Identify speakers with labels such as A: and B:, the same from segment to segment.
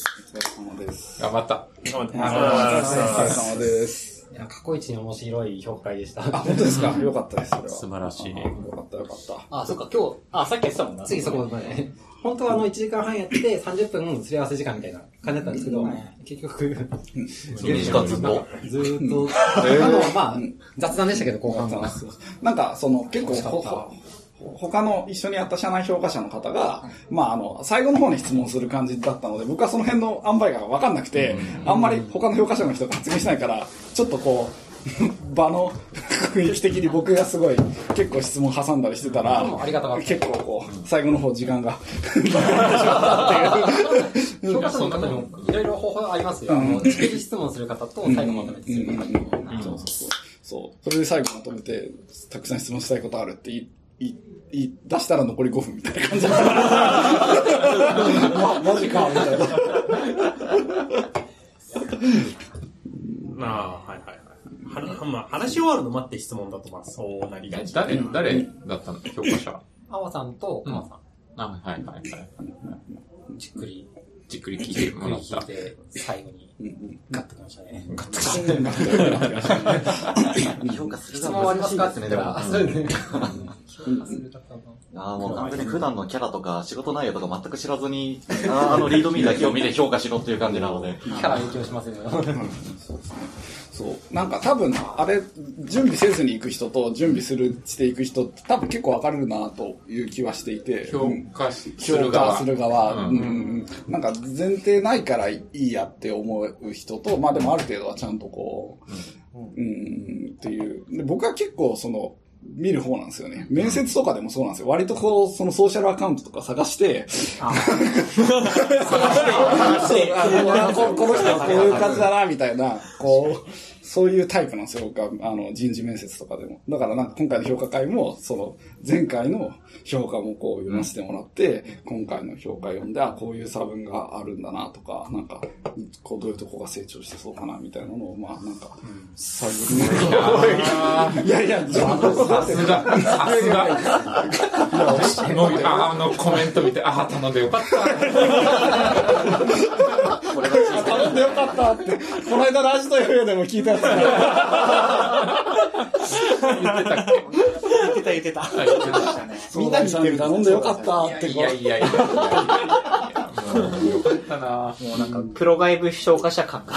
A: 疲れ様です。
B: 頑張った。
C: 頑張って
A: お疲れ様です。
D: いや、過去一に面白い評価でした。
A: あ、本当で すかよかったです、それは。
B: 素晴らしい
A: あよかった、よかった。
D: あ、そっか、今日、
C: あ、さっき言ってたもんな。
D: 次そこまで。本当はあの、1時間半やって、30分すり合わせ時間みたいな感じだったんですけど、結局、
E: 2時間ずっと。
D: ずーっと、あの、まあ、雑談でしたけど、後半は。
A: なんか、その、結構、ほほ他の一緒にやった社内評価者の方が、まあ、あの、最後の方に質問する感じだったので、僕はその辺の塩梅が分かんなくて、あんまり他の評価者の人が発言しないから、ちょっとこう、 場の 雰囲気的に僕がすごい、結構質問挟んだりしてたら、
D: もありがたかった
A: 結構こう、最後の方時間が なくなってしまったっていう。
D: 評価者の方にも、いろいろ方法ありますよ。あの、定期質問する方と、最後まとめてする方にも。
A: そうそうそう。そう。それで最後まとめて、たくさん質問したいことあるって言い、言い、言い出したら残り5分みたいな感じだった。ま、マジか、みたいな。
C: なあ、はいはい はい。はまあ、話し終わるの待って質問だと、まあ、そうなりがち。
B: 誰、誰だったの評価者。
D: アワさんと、カワさん、
B: あ、はいはいはい。
D: じっくり、
B: じっくり聞いてもらっ
D: 聞
B: た
D: い。て、最後に、ガッときましたね。
E: 評価する
D: 質問ありますかって
E: ね、
D: 言
E: で
D: った
E: も。
D: ら、あ、
E: あ
D: そうですね。評価する方の。
E: あー、もう完全に普段のキャラとか仕事内容とか全く知らずに、あーあ のリードミーだけを見て評価しろっていう感じな ので。
D: から影響しますよ。
A: そう。なんか多分、あれ、準備せずに行く人と、準備する、していく人って多分結構分かれるなという気はしていて。
B: 評
A: うん
B: 価す
A: 評
B: る
A: 価
B: 側。
A: する側、う
B: うんん
A: うんなんか前提ないからいいやって思う人と、まあでもある程度はちゃんとこう、うん、うんっていうで。僕は結構その、見る方なんですよね。面接とかでもそうなんですよ。割とこう、そのソーシャルアカウントとか探して、そうあのここの人はこういう感じだな、みたいな、こう、そういうタイプなんですよ、僕は、あの、人事面接とかでも。だからなんか今回の評価会も、その、前回の評価もこう読ませてもらって、今回の評価読んで、あ、こういう差分があるんだな、とか、なんか、こう、どういうとこが成長してそうかな、みたいなのを、まあ、なんか、探 る。いやいや、ちょっと
B: さすが、さすが。のあのコメント見て、ああ、頼んでよかった。
E: これが小さい。
A: 頼んでよかったって、この間ラジオ FM でも聞いたやつだから
B: 言ってたっ
C: 言ってた言っ てた。
B: け言ってましたね
A: みんなに言ってる頼んでよかったって、
B: いやいやいやいやいや。もうよかったな
C: もうなんか、プロ外部評価者感が。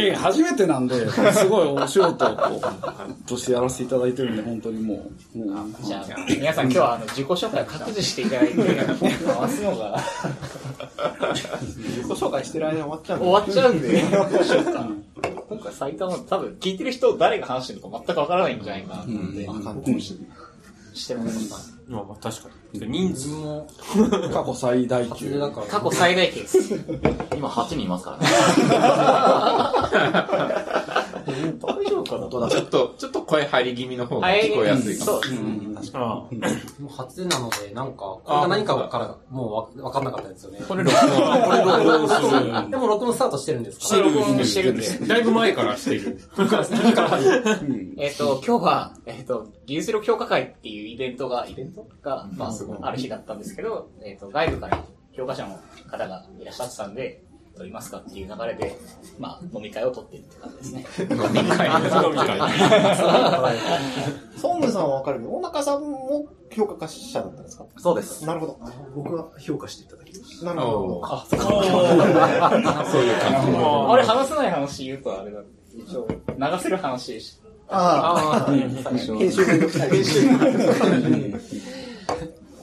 A: いや初めてなんで、すごいお仕事をこうとしてやらせていただいてるんで、本当にもう。もう
C: じゃあ、皆さん今日はあの、自己紹介を各自していただいて、回すのが。
F: 自己紹介してる間に終わっちゃうんだ
C: 終わっちゃうん で。今回最多の、多分聞いてる人誰が話してるのか全くわからないんじゃないかなと思って、
A: 僕も知ら
C: してます。
F: まあまあ確かに。人数も。
A: ない過去最大級。
D: だから、
C: 過去最大級です。
E: 今8人いますからね。
C: 大丈夫かな
B: ちょっと、ちょっと声入り気味の方が聞こえやすいかも
C: そう。
F: あ
D: もう初なので、なんか、これが何かから、もうわわかんなかったですよね。
B: これ録音。これ録音する。
D: でも録音スタートしてるんですか
C: 録音してるんで。
F: だいぶ前からしてる。
C: えっと、今日は、えっと、技術力評価会っていうイベントが、イベントが、まあ、ある日だったんですけど、えっと、外部から評価者の方がいらっしゃってたんで、撮りますかっていう流れで、まあ、飲み会を取ってるって感じですね。
B: 飲み会。
G: ソングさんはわかるけど、大中さんも評価者だったんですか
E: そうです。
G: なるほど。僕は評価していただきました。なるほど。
B: おー
A: そういう感じ。
C: あれ話せない話言うとあれだ。一応、流せる話でし
G: あ
C: た。最初。
G: あ、集めとくたい。編集。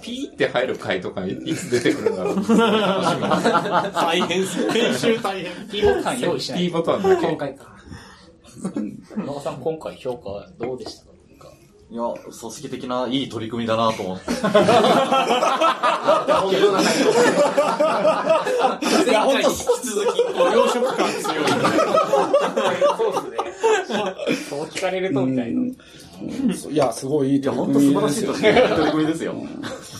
B: ピーって入る回とかいつ出てくるんだろう。楽しみ
F: 大変編集大変。
C: キーボタン用意しな
B: ピー
C: い。
B: ボタンだけ
D: 今。回か。
C: 野川さん、今回評価どうでしたかというか
E: いや、組織的ないい取り組みだなと思って。
F: 前回に引き続き、ご養殖感強い。
C: そうですね。そう聞かれるとみたいな。
A: いや、すごいいい
E: いや、
A: 取り組み
E: 本当素晴ら
A: で
E: しい
A: すよ
E: 取り組みいい取り組みです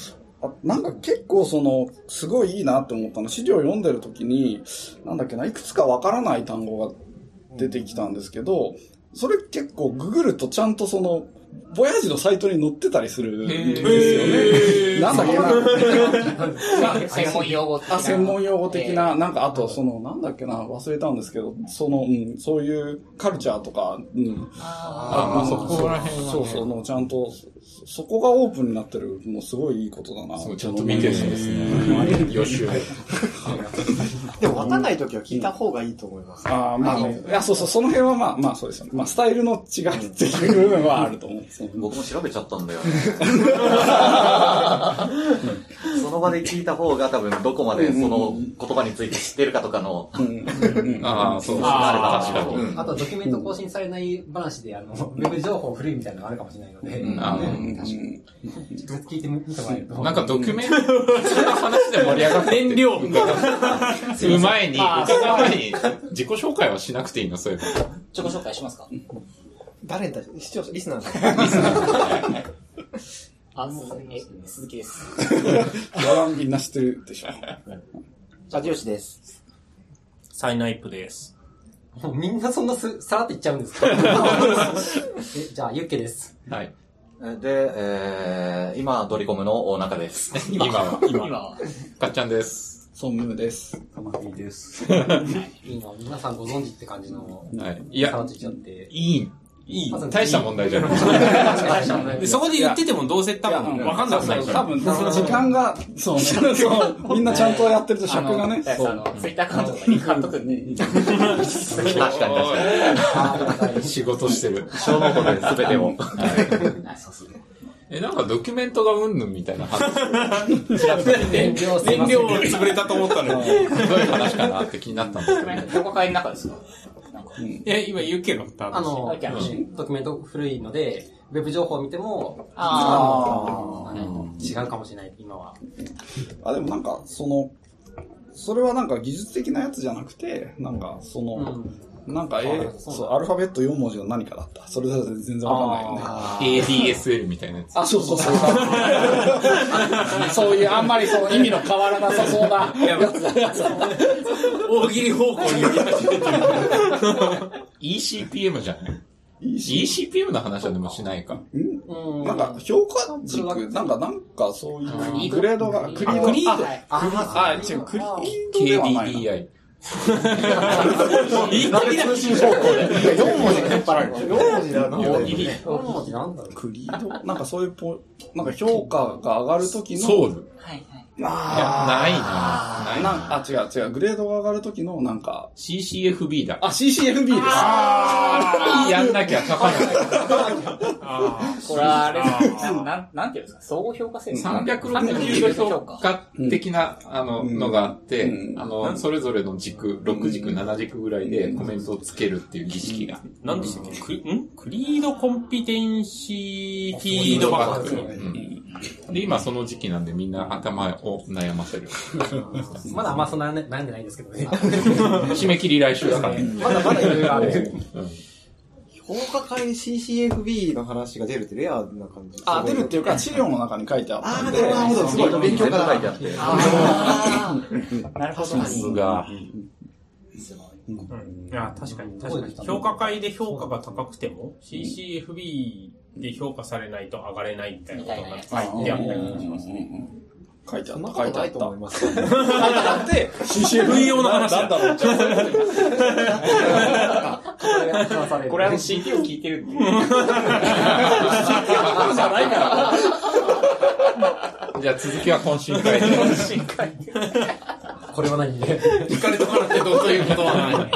E: よ。
A: あなんか結構その、すごいいいなって思ったの。資料読んでる時に、なんだっけな、いくつかわからない単語が出てきたんですけど、それ結構ググるとちゃんとその、ボヤージのサイトに載ってたりするんですよ
B: へ
A: ね。
B: ー
A: なんだっけな。
C: 専門用語的な。
A: あ、専門用語的な、
C: え
A: なんか、あと、その、なんだっけな、忘れたんですけど、その、うん、そういうカルチャーとか、うん、
B: あまあそこら辺はね
A: そうそう、のちゃんと、そそこがオープンになってる、もうすごいいいことだな。
B: そうちゃんと見てるんですね。予習。
G: でも分かんない時は聞いた方がいいと思います。
A: ああ、まあ、いや、そうそう、その辺はまあ、まあそうですよね。まあ、スタイルの違いっていう部分はあると思うんですよね。
E: 僕も調べちゃったんだよね。その場で聞いた方が多分どこまでその言葉について知ってるかとかの、
B: ああ、そうそう。
E: あー
B: 確かに。
D: あと、ドキュメント更新されない話で、あの、ウェブ情報古いみたいなのがあるかもしれないので、
B: あー
D: 直接聞いてみてもらえると。
B: なんかドキュメントの話で盛り上がってて。 燃料する前 に、
C: あー
B: 伺う前に、自己紹介はしなくていいの、そういえ
C: ー自己紹介しますか
G: 誰に対して、視聴者、リスナーの
C: あ、え、鈴木です。
A: やらんみんな知ってるでしょ。
G: あ、ジョシです。
H: サイナイプです。
D: もうみんなそんなす、さらって言っちゃうんですか えじゃあ、ユッケです。
B: ば。はい。
E: で、えー、今、ドリコムの大中です。
B: 今は、
C: 今は、
B: かっちゃんです。
A: ソンムです。
H: たまきです。
D: いいな、皆さんご存知って感じの、
B: はい。い
D: さら
B: や
D: って言っ、ちゃって。
B: いい、いい
D: まず。
B: 大した問題じゃない。
H: でそこで言っててもどうせ多分わかんなくなる
A: そう
H: か
A: 多
H: ら。
A: 分、時間が、そうね。そう。みんなちゃんとやってると尺がね。
C: あ
A: そう
C: の、ツイッターアカウントとかに貼っとくんで、
E: 確かに 確かに。
B: に。仕事してる。
E: 小ノートで全てを。
B: え、なんかドキュメントがうんぬんみたいな 話。
D: 燃料すいませ
H: 燃
D: ん
H: 料潰れたと思ったのに。
B: どういう話かなって気になったんです けど。
C: 評価会の中ですかなんか、
H: いや、今ユッケのこと
D: あ
H: 話。
D: の、ドキュメント古いので、ウェブ情報を見ても、
C: あ
D: 違うかもしれない、今は。
A: あ、でもなんか、その、それはなんか技術的なやつじゃなくて、なんか、その、なんか、え、そう、アルファベット4文字の何かだった。それだと全然わかんないよね。
B: ADSL みたいなやつ。
A: あ、そうそうそう。そういう、あんまりそう、意味の変わらなさそうなやつだ。
H: 大喜利方向に寄り始めてる。
B: ECPM じゃない ?ECPM の話はでもしないか。
D: うん
A: なんか、評価軸、なんか、なんかそういう、グレードが、クリード
H: クリード
C: はい
A: あ、違う、クリードではないな。
B: KDDI。
H: 言い過ぎだ
G: 4文字で引っ張られる。4文字だな。
H: 大喜利。
D: 4文字なんだろう。
A: クリードなんかそういうポ、なんか評価が上がるときの、
B: ソウル。
C: はいはい。
B: いや、ないな
A: なあ、違う違う、グレードが上がるときの、なんか、
B: CCFB だ。
A: あ、CCFB です。
B: やんなきゃ書かない。
C: これはあれ、なん、なんなんていうんですか総合評価制度
B: 360度
C: 評
B: 評
C: 価。
B: 価的な、あの、のがあって、
A: うん
B: あの、それぞれの軸、6軸、7軸ぐらいでコメントをつけるっていう儀式が。
H: 何でしたっけクリんクリードコンピテンシーフィードバック。
B: うんで、今その時期なんでみんな頭を悩ませる。
D: まだあんまそんな悩んで悩んでないんですけどね。
B: 締め切り来週だから。
D: まだまだいろいろある。
G: 評価会に CCFB の話が出るってレアな感じ。
A: あ、出るっていうか、資料の中に書いてあったんで、
G: なるほど、すごい。勉強
E: 全部
G: 家
E: 書い
G: だ
E: てあっ
G: な。
E: て。
C: なるほど。
B: さすが。
H: うんいや、確かに、確かに。評価会で評価が高くても、CCFB で評価されないと上がれないみたいなことが書いてあったりとかしますね。
A: 書いてあ
G: そんな
A: った、
G: こ
A: 書
G: と
A: いてあ
G: な
A: っ
G: いと思
A: た
G: い。ますよ。
A: CCFB 用の話だった ろう
C: これあの CT を聞いてるんで。
A: じゃないから。
B: じゃあ続きは懇親会で。
D: これは何で。。
H: 聞かれてもらってどうということはない。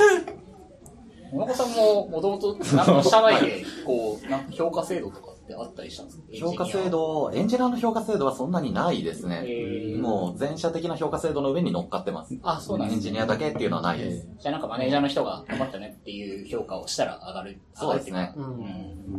C: 小野子さんも、もともと、なんか社内で、こう、なんか評価制度とかってあったりしたんですか
E: 評価制度、エンジニアの評価制度はそんなにないです
C: え
E: ね。
C: ー
E: もう全社的な評価制度の上に乗っかってます。
C: あ、そうなん
E: エ
C: で
E: ン
C: す
E: ジ
C: ね。
E: ニアだけっていうのはないです。
C: じゃあなんかマネージャーの人が頑張ったねっていう評価をしたら上がる。上がるっていか
E: そう
C: う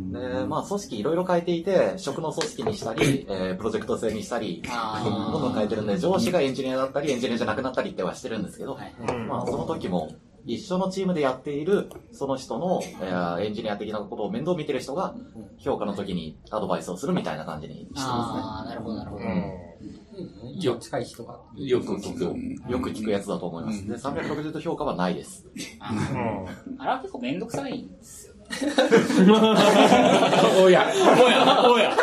C: ん
E: で、まあ組織いろいろ変えていて、職の組織にしたり、えープロジェクト制にしたり、
C: あ
E: ど
C: ー
E: んどん変えてるんで、上司がエンジニアだったり、エンジニアじゃなくなったりってはしてるんですけど、
C: はい
E: まあその時も、一緒のチームでやっている、その人の、えーエンジニア的なことを面倒見てる人が、評価の時にアドバイスをするみたいな感じにしてま
C: あー、なるほど、なるほど。
D: よ近い人が。
B: よく聞く。
E: すね。よく聞くやつだと思います。で、360度評価はないです。
C: あれは結構めんどくさいんですよね。
B: おや、おや、おや。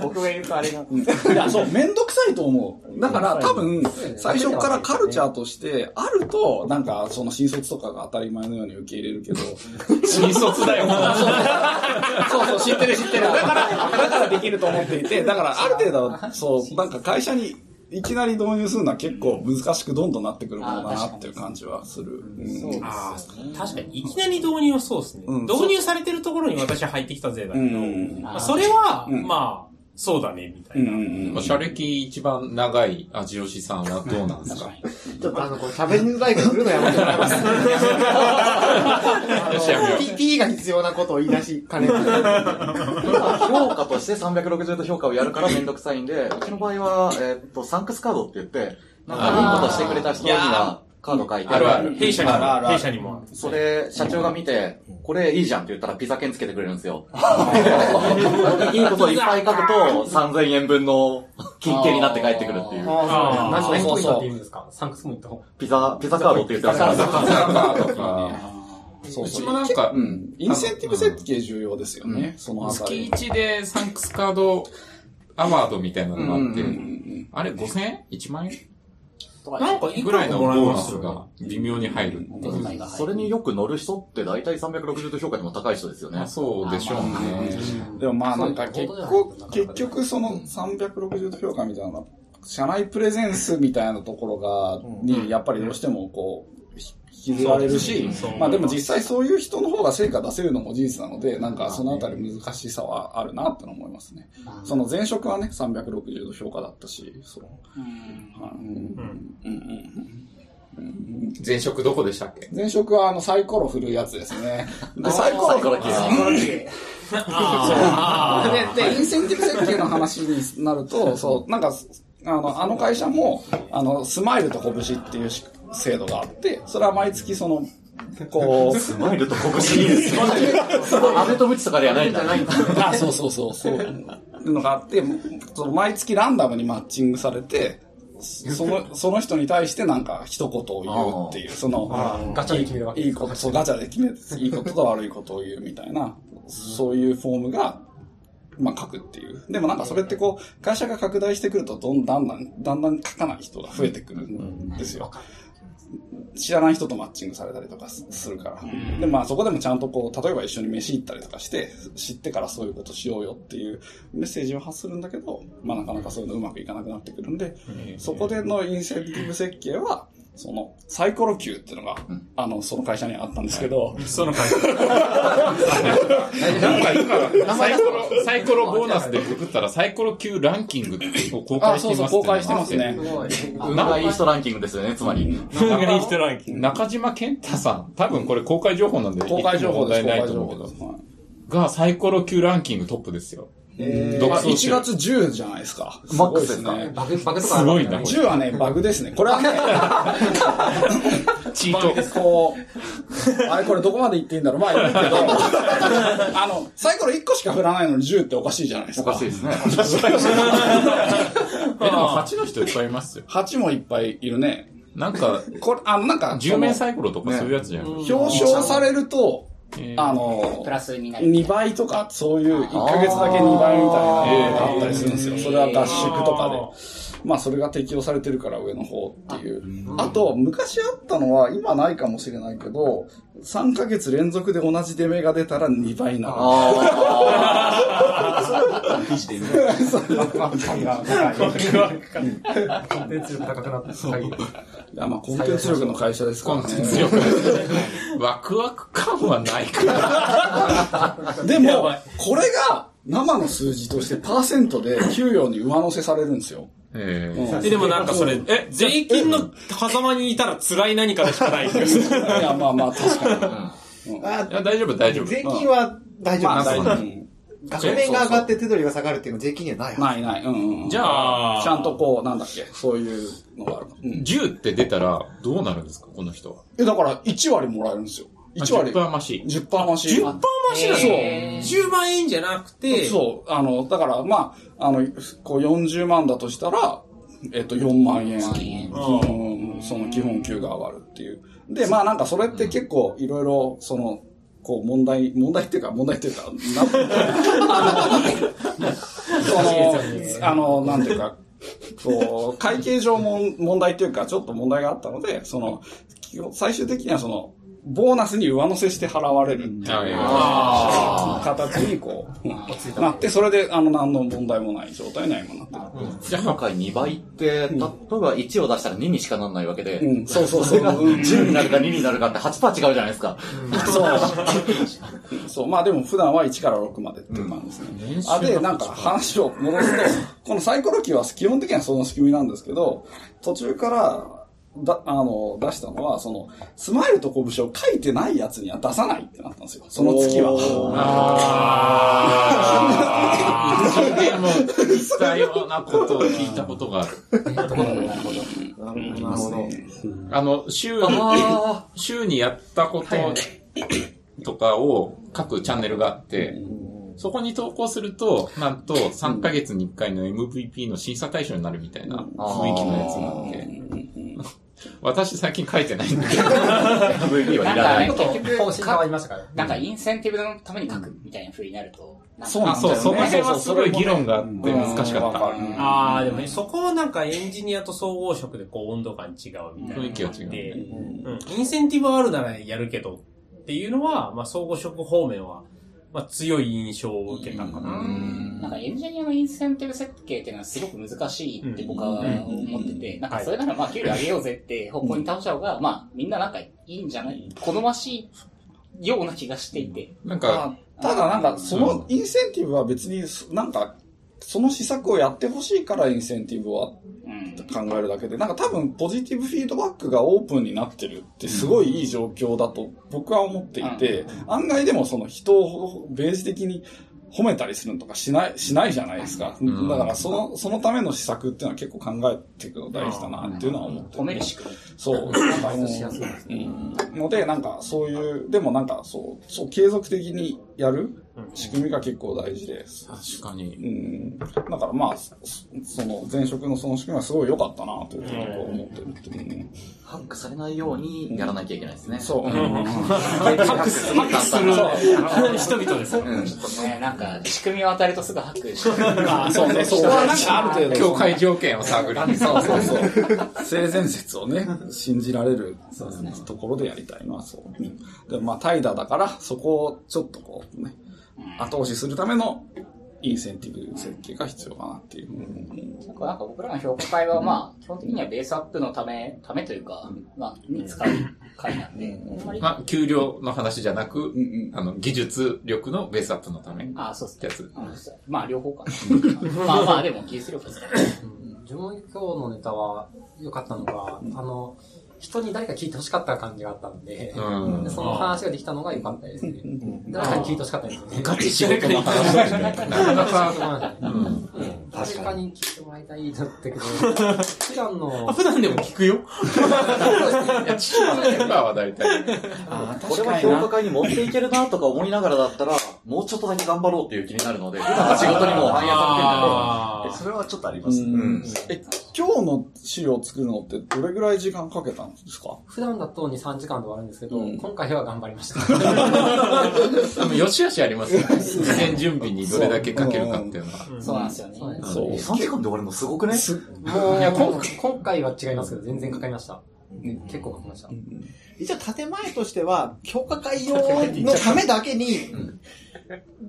C: 僕がいるとあれなんか、
A: いや、そう、めんどくさいと思う。だから、多分、最初からカルチャーとして、あると、なんか、その新卒とかが当たり前のように受け入れる けど、
B: 新卒だよ。
A: そうそう、知ってる知ってる。だから、だからできると思ってい て、だから、ある程度、そう、なんか会社に、いきなり導入するのは結構難しくどんどんなってくるものだなっていう感じはする。うん
H: ああ、確かに、いきなり導入はそうですね。
A: うん
H: 導入されてるところに私は入ってきたぜだけど、
A: うん
H: まあ、それは、
A: うん
H: まあ、そうだね、みた
A: う
H: い
A: ん
H: な。
A: うんうん。
B: 社歴一番長い味吉さんはどうなんですか
G: ちょっとあの、これ喋りづらいから来るのやめてもらいます。あ
B: よしやめよう
G: の P- P が必要なことを言い出しかねて。
E: 評価として360度評価をやるからめんどくさいんで、うちの場合は、えーっと、サンクスカードって言って、なんかいいことしてくれた人にはカード書いて、
B: あるある
H: 弊社にも、
B: あるあるある
H: 弊社にも。
E: それ、社長が見て、これいいじゃんって言ったらピザ券つけてくれるんです よ。いいこといっぱい書くと、3000円分の金券になって帰ってくるっていう。
H: あ
F: 何
H: あ、
F: ポイントって言うんですかサンクスポイント。
E: ピザ、ピザカードって言ってましたね。
A: そうう
B: ち
A: そ
B: も
A: う。
B: なんか
A: う、ん。インセンティブ設計重要ですよね、そのあた
B: 月
A: り。
B: 1でサンクスカードアワードみたいなのがあって
E: うんうんう、
B: あれ5000円 ?1 万円
C: とか、
H: なんか、い
B: ぐ
H: く
B: ら
H: ら
B: い
H: か
B: の
H: もらえ
B: ボー
H: ま
B: ナ
H: す
B: ス
H: よ。
B: が微妙に入る。
C: デザインが入
E: それによく乗る人って大体360度評価でも高い人ですよね
B: あ。そうでしょうね。
A: でもまあなんか
C: そう
A: 結
C: いうことだよ
A: 構、結局その360度評価みたいな、社内プレゼンスみたいなところが、にやっぱりどうしてもこう、ひ引きずられるし
H: そう、
A: まあでも実際そういう人の方が成果出せるのも事実なので、なんかそのあたり難しさはあるなってのは思いますね。その前職はね、360度評価だったし、そう。はいうん
B: 前職どこでしたっけ
A: 前職はあのサイコロ振るやつですね。 で、サイコロ振る。
C: サイコロキー
A: で、で、インセンティブ設計の話になると、そう、なんか、あの、あの会社も、あの、スマイルと拳っていうし制度があって、それは毎月その、こ う、
E: スマイルと拳いい ですね。アメとムチとかではないんだ。
A: あ、そうそうそう、そう、いうのがあって、その毎月ランダムにマッチングされて、その、その人に対してなんか一言を言うっていう、その、
F: ガチャで決めるわけ。
A: いいこと、そう、ガチャで決めて、いいことと悪いことを言うみたいな、そういうフォームが、まあ書くっていう。でもなんかそれってこう、会社が拡大してくると、どんだんだん、だんだん書かない人が増えてくるんですよ。知らない人とマッチングされたりとかすするから。で、まあそこでもちゃんとこう、例えば一緒に飯行ったりとかして、知ってからそういうことしようよっていうメッセージを発するんだけど、まあなかなかそういうのうまくいかなくなってくるんで、そこでのインセンティブ設計は、その、サイコロ級っていうのが、あの、その会社にあったんですけど、
H: その会社。
B: なんか今、サイコロ、サイコロボーナスでくくったらサイコロ級ランキングを公
A: あ、
B: 開して
A: そ
B: います
A: うそう、
B: って
A: 公開してますね。
E: 運がいい人ランキングですよね、つまり。
H: 運がいい人ランキング。
B: 中島健太さん、多分これ公開情報なんで、
A: 公開情報です、
B: 言
A: 公
B: っても問題ない
A: 開
B: と
A: 情
B: 思う
A: 報で
B: けど
A: す。。はい
B: が、サイコロ級ランキングトップですよ。独
A: あ
B: 走して
A: 1
B: る
A: 月10じゃないですか。
E: マックスですす
A: ごい
E: か
A: ですね。
F: バグ、バグとか
B: すごいな、こ
A: 10はね、バグですね。これはね、
B: れ。チート。
A: こう、あれこれどこまで行っていいんだろう。まあ、いいけど、あの、サイコロ1個しか振らないのに10っておかしいじゃないです
E: お
A: か。
E: かしいですね。
B: え、でも8の人いっぱい いますよ。
A: 8もいっぱいいるね。
B: なんか、
A: これ、あの、なんか、
B: 10面サイコロとかそういうやつじゃん。
A: その表彰されると、
B: えー
A: あの
C: プ、ラスになる。
A: 2倍とか、そういう、1ヶ月だけ2倍みたいなのがあったりするんですよ。それは合宿とかで。まあ、それが適用されてるから上の方っていう。あと、昔あったのは、今ないかもしれないけど、3ヶ月連続で同じ出目が出たら2倍になる。
F: コンテンツ力高くなって、そう。
A: いや、まあ、コンテンツ力の会社ですからね。
B: 強くワクワク感はないから。
A: でも、これが生の数字としてパーセントで給与に上乗せされるんですよ。
B: え
A: うん
H: で、でもなんかそれ、え、税金の狭間にいたら辛い何かでしかない気がする。
A: いや、まあまあ、確か
B: ーいや、大丈夫、大丈夫。
G: 税金は大丈夫です。
B: まあ
A: に。
G: 学年が上がって手取りが下がるっていうのは税金にはないはず。
A: ないない。うんうんうん。
H: じゃあ、
A: ちゃんとこう、なんだっけ、そういうのがある。うん。
B: 10って出たら、どうなるんですか、この人は。
A: え、だから1割もらえるんですよ。1割。
B: 10%増し。
A: 10%増し。
H: 10%増しなの
A: え
H: 10万円じゃなくて、
A: そう。あの、だから、まあ、あの、こう40万だとしたら、えっと、4万円。うん、その基本給が上がるっていう。で、まあなんかそれって結構いろいろ、その、こう問題、問題っていうか、問題っていうか、なんていうかその、 あの、なんていうか、こう、会計上も問題っていうか、ちょっと問題があったので、その、基本最終的にはその、ボーナスに上乗せして払われるっていう形にこう、なって、それで、あの、何の問題もない状態には今なってる。
E: じゃあ今回2倍って、例えば1を出したら2にしかならないわけで、
A: うん、そうそう
E: そ
A: そう。
E: れが
A: うん
E: 10になるか2になるかって8%違うじゃないですか。
A: そう、まあでも普段は1から6までっていう感じですね。あで、なんか話を戻すと、 このサイコロ機は基本的にはその仕組みなんですけど、途中から、だ、あの、出したのは、その、スマイルと拳を書いてないやつには出さないってなったんですよ。その月は。
B: ああ。でも、似たようなことを聞いたことがある。
G: なるほど。
B: あの、週に、週にやったこととかを書くチャンネルがあって、そこに投稿すると、なんと3ヶ月に1回の MVP の審査対象になるみたいな雰囲気のやつなんで、 私最近書いてないんだけど、
E: VP はい
C: なん
E: ら
C: か
E: な
C: ね、
E: い。
C: 結局、
F: 方針変わりましたから。
C: なんかインセンティブのために書くみたいな風になると、なんか
A: そう
B: あ
A: なんだ
B: そう、そ
A: よ
B: の辺
A: ね。
B: はすごい議論があって難しかっ
A: うんわかる
B: た。
H: ああ、でもね、そこをなんかエンジニアと総合職でこう温度感違うみたいな。
B: 雰囲気が違う
H: で、うん、インセンティブはあるならやるけどっていうのは、まあ総合職方面は、まあ強い印象を受けたかな。
C: なんかエンジニアのインセンティブ設計っていうのはすごく難しいって僕は思ってて、なんかそれならまあ給料上げようぜって方向に倒した方が、まあみんななんかいいんじゃない好ましいような気がしていて。
B: なんか、
A: ただなんか、そのインセンティブは別に、なんか、その施策をやってほしいからインセンティブは
C: うん。
A: 考えるだけで、なんか多分ポジティブフィードバックがオープンになってるってすごいいい状況だと僕は思っていて、案外でもその人をベース的に褒めたりするのとかしない、しないじゃないですか。
B: ん
A: だからその、そのための施策っていうのは結構考えていくの大事だなっていうのは思って
C: 褒める仕組み。
A: そう。なんかもう、うん。ので、なんかそういう、でもなんかそう、そう継続的にやる仕組みが結構大事です。
B: 確かに。
A: うん、だからまあ、そその前職のその仕組みはすごい良かったなというふうにこう思ってるっていうね。
E: ハックされないようにやらなきゃいけないですね。
A: そう。うん
E: ハックする。ハックする。
H: 人々ですよ。
C: ね、なんか仕組みを与えるとすぐハックして。
A: あそうね、そう。なんかある程度、
B: 境界条件を探りに。
A: そうそうそう。性善説をね、信じられるところでやりたいのはそう。うんでもまあ、怠惰だから、そこをちょっとこうね、後押しするためのインセンティブ設計が必要かなっていう。
C: なんかなんか僕らの評価会はまあ基本的にはベースアップのため、ためというか、まあに使う会なんで、あんまり。
B: まあ、給料の話じゃなく
A: んう、
B: あの、技術力のベースアップのため。
C: あ、そうっす
B: やつ
C: うんまあ両方かな。 まあまあでも技術力ですね。
F: 自分も今日のネタは良かったのが、あの、人に誰か聞いて欲しかった感じがあったんで、
B: うん
F: でその話ができたのが良かったですね。誰かに聞いて欲しかったですね。
E: ガチ仕事の話だよ ね。
B: なかなか、
F: 誰かに聞いてもらいたいだったけど、 普段の、
B: 普段でも聞くよ。いや、父親のメンバーは大体。
E: これは評価会に持っていけるなとか思いながらだったら、もうちょっとだけ頑張ろうっていう気になるので、普段の仕事にも反映さ
H: あ
E: れてるので、それはちょっとあり
A: う
E: ます。
A: ん、え今日の資料を作るのってどれぐらい時間かけたんですか
F: 普段だと2、3時間で終わるんですけど、
A: うん
F: 今回は頑張りました。
B: あの、よしあしありますよね。事前準備にどれだけかけるかっていうのは。
C: そうなんですよね。
A: そう
E: 3時間で終わるのすごくね
F: もう、今今回は違いますけど、全然かかりました。結構かかりました。
G: 一応建前としては、評価会用のためだけに、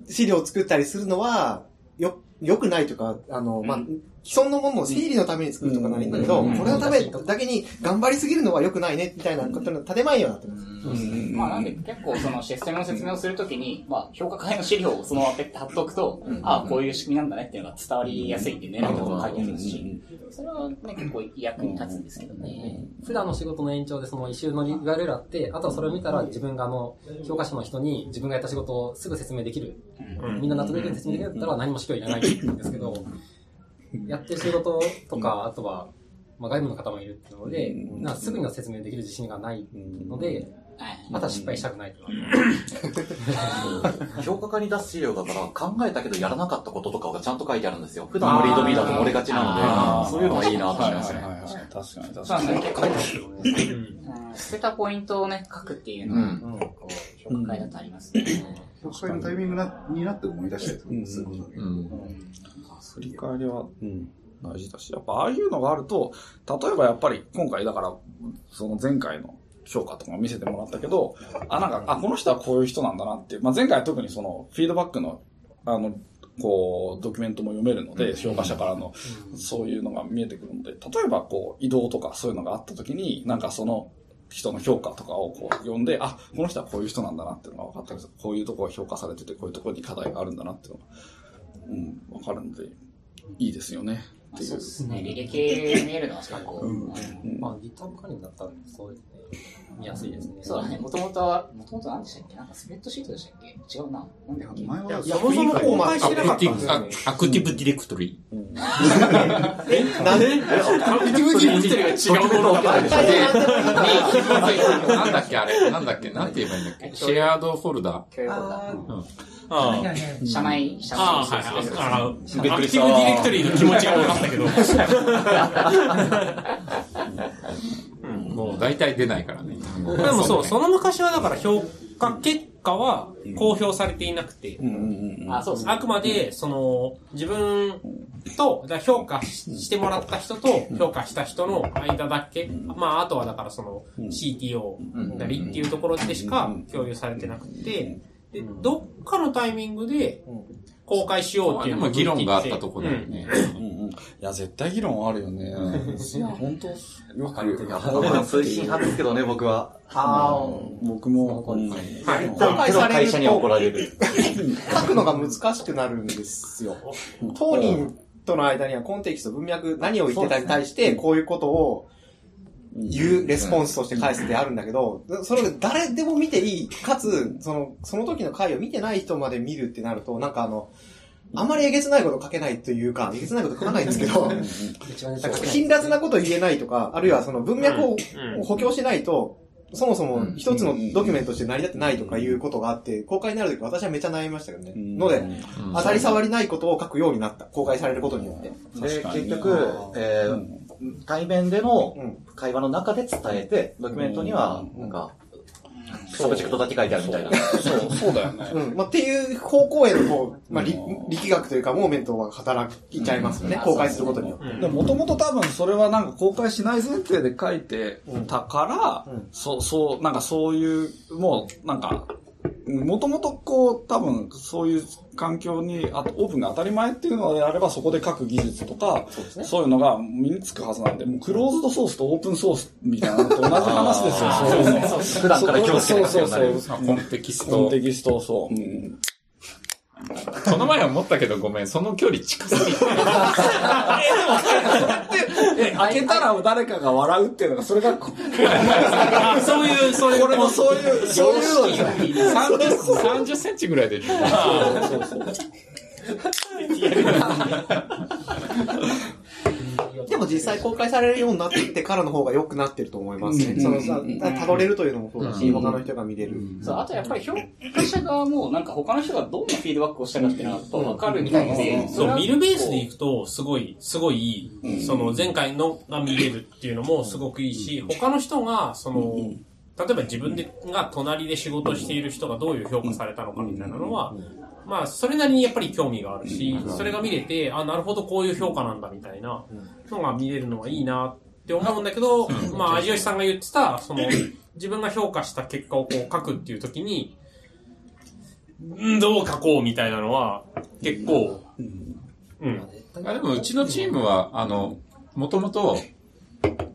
G: 資料を作ったりするのは、よ、良くないというか、あの、まあ、既存のものを整理のために作るとかならいいんだけど、これのためだけに頑張りすぎるのは良くないね、みたいなことの建前にはなってます。
C: まあなんで結構そのシステムの説明をするときに、まあ評価会の資料をそのままペッて貼っとくと、ああ、こういう仕組みなんだねっていうのが伝わりやすいんでね、なんか書いてありますし、それはね、結構役に立つんですけどね。
F: 普段の仕事の延長でその一周の URL あって、あとはそれを見たら自分があの、評価者の人に自分がやった仕事をすぐ説明できる。みんな納得できるように説明できるんだったら何も資料いらないんですけど、やってる仕事とか、あとは、まあ、外部の方もいるっていうので、なんかすぐには説明できる自信がないので、また失敗したくないとか。
E: 評価会に出す資料だから、考えたけどやらなかったこととかがちゃんと書いてあるんですよ。普段のリードミーだと漏れがちなので、そういうのはいいなと思いましたね。
A: いはい。確かに確
C: そう
A: か
C: なん
A: に。
C: ですよね結構、うん捨てたポイントをね、書くっていうのは、
E: うん
C: こう評価会だとありますね。
I: 評価会のタイミングなになって思い出したりとかすることだけど、
A: 振り返りは、うん、大事だし、やっぱああいうのがあると、例えばやっぱり今回だから、その前回の評価とかも見せてもらったけど、あ、なんか、あ、この人はこういう人なんだなっていう、まあ、前回は特にそのフィードバックの、あの、こう、ドキュメントも読めるので、評価者からの、そういうのが見えてくるので、例えばこう、移動とかそういうのがあった時に、なんかその、人の評価とかをこう読んで、あ、この人はこういう人なんだなっていうのが分かったりするこういうところが評価されてて、こういうところに課題があるんだなっていうのが、うん、分かるので、いいですよね。
C: ま
A: っ
C: あ
A: てい
C: そう
A: う
C: で。すね。履歴見えるのは結構、
F: まあ、GitHub 管理になったら、そうですね。見やすいですね。
C: そうだね。もともとは、もともと何でしたっけなんかスプレッドシートでしたっけ違うな。なんだっけ
I: 前は
G: そもそも公開してなか
B: ア
G: っ
B: クテ
G: た
B: ィ
G: んで
B: ブディ
G: すよね。
B: レアクティブディレクトリ
G: なんで
B: ー。違うものがあるでしょ。
C: あ
B: なんだっけあれなんだっけなんて言えばいいんだっけシェアードフォルダ
C: 共有ボタン
H: あー
C: 社内、社内
H: あー、はいはい。あの、アクティブディレクトリーの気持ちが分かったけど。
B: ー。もう大体出ないからね。
H: でもそう、その昔はだから評価結果は公表されていなくて、
C: あ、そうですね。
H: あくまで、その、自分と、だから評価ししてもらった人と、評価した人の間だけ、まあ、あとはだからその、CTO なりっていうところでしか共有されてなくて、で、どっかのタイミングで、公開しようってい
B: で
H: う
B: も議論があったとこだ
H: で
B: よね。
A: いや、絶対議論あるよね。いや、本当よく、
E: 推進派ですけどね、僕は。
G: あ
A: 僕も、うん
G: あ、公開され
E: 会
G: る
E: 社に怒
G: と
E: られる。
G: 書くのが難しくなるんですよ。当人との間にはコンテキスト、文脈、何を言ってたに対して、こういうことを言うレスポンスとして返すってあるんだけど、それを誰でも見ていい、かつ、その、その時の回を見てない人まで見るってなると、なんかあの、あまりえげつないこと書けないというか、えげつないこと書かないんですけ ど、
F: 一番
G: なんか辛辣なこと言えないとか、あるいはその文脈を補強しないと、そもそも一つのドキュメントとして成り立ってないとかいうことがあって、公開になるとき私はめちゃ悩みましたけどね。
A: ん
G: ので、
B: うん
G: 当たり障りないことを書くようになった。公開されることによって。
E: で、
A: かに
E: 結局、えー対面での
G: うん
E: 会話の中で伝えて、ドキュメントには、なんか、サブジェクトだけ書いてあるみたいな。
A: そう、そうだよね。
G: うん。まあ、っていう方向へのこう、まあ、力力学というか、モーメントは働いちゃいますよね。公開することによって。
A: もともと多分それはなんか公開しない前提で書いてたから、
G: うん
A: そう、そう、なんかそういう、もうなんか、もともとこう多分そういう環境にあとオープンが当たり前っていうのであればそこで書く技術とかそう,、いうのが身につくはずなんで、もうクローズドソースとオープンソースみたいなのと同じ話ですよ、そういうの。
E: 普段から気をつけ
A: そ
E: て
A: う
E: 書くよ
A: そうう
E: にな
A: そ
E: る
A: う。
B: まあコンテキス
A: コン
B: ト
A: テ。キスト、そう。うん
B: この前思ったけどごめん、その距離近すぎて。
A: え、開けたら誰かが笑うっていうのが、それがこ、
H: あ、そういう、そういう。
A: これもそういう、そういうのじゃない
B: 30、30センチぐらいで。
G: でも実際公開されるようになってからの方が良くなってると思いますね。そのさ、たどれるというのもそうだし、他の人が見れる。
C: そう、あとやっぱり評価者側も、なんか他の人がどんなフィードバックをしたかっていうのは、分かるみたいで、
H: そう、見るベースでい
C: く。
H: くと、すごい、すごいいい。その、前回のが見れるっていうのもすごくいいし、他の人が、その、例えば自分でが隣で仕事している人がどういう評価されたのかみたいなのは、まあ、それなりにやっぱり興味があるし、それが見れて、あ、なるほど、こういう評価なんだみたいなのが見れるのはいいなって思うんだけど、まあ、味吉さんが言ってた、その、自分が評価した結果をこう書くっていう時に、うんどう書こうみたいなのは、結構、うん。
B: あでもうちのチームは、あの、もともと、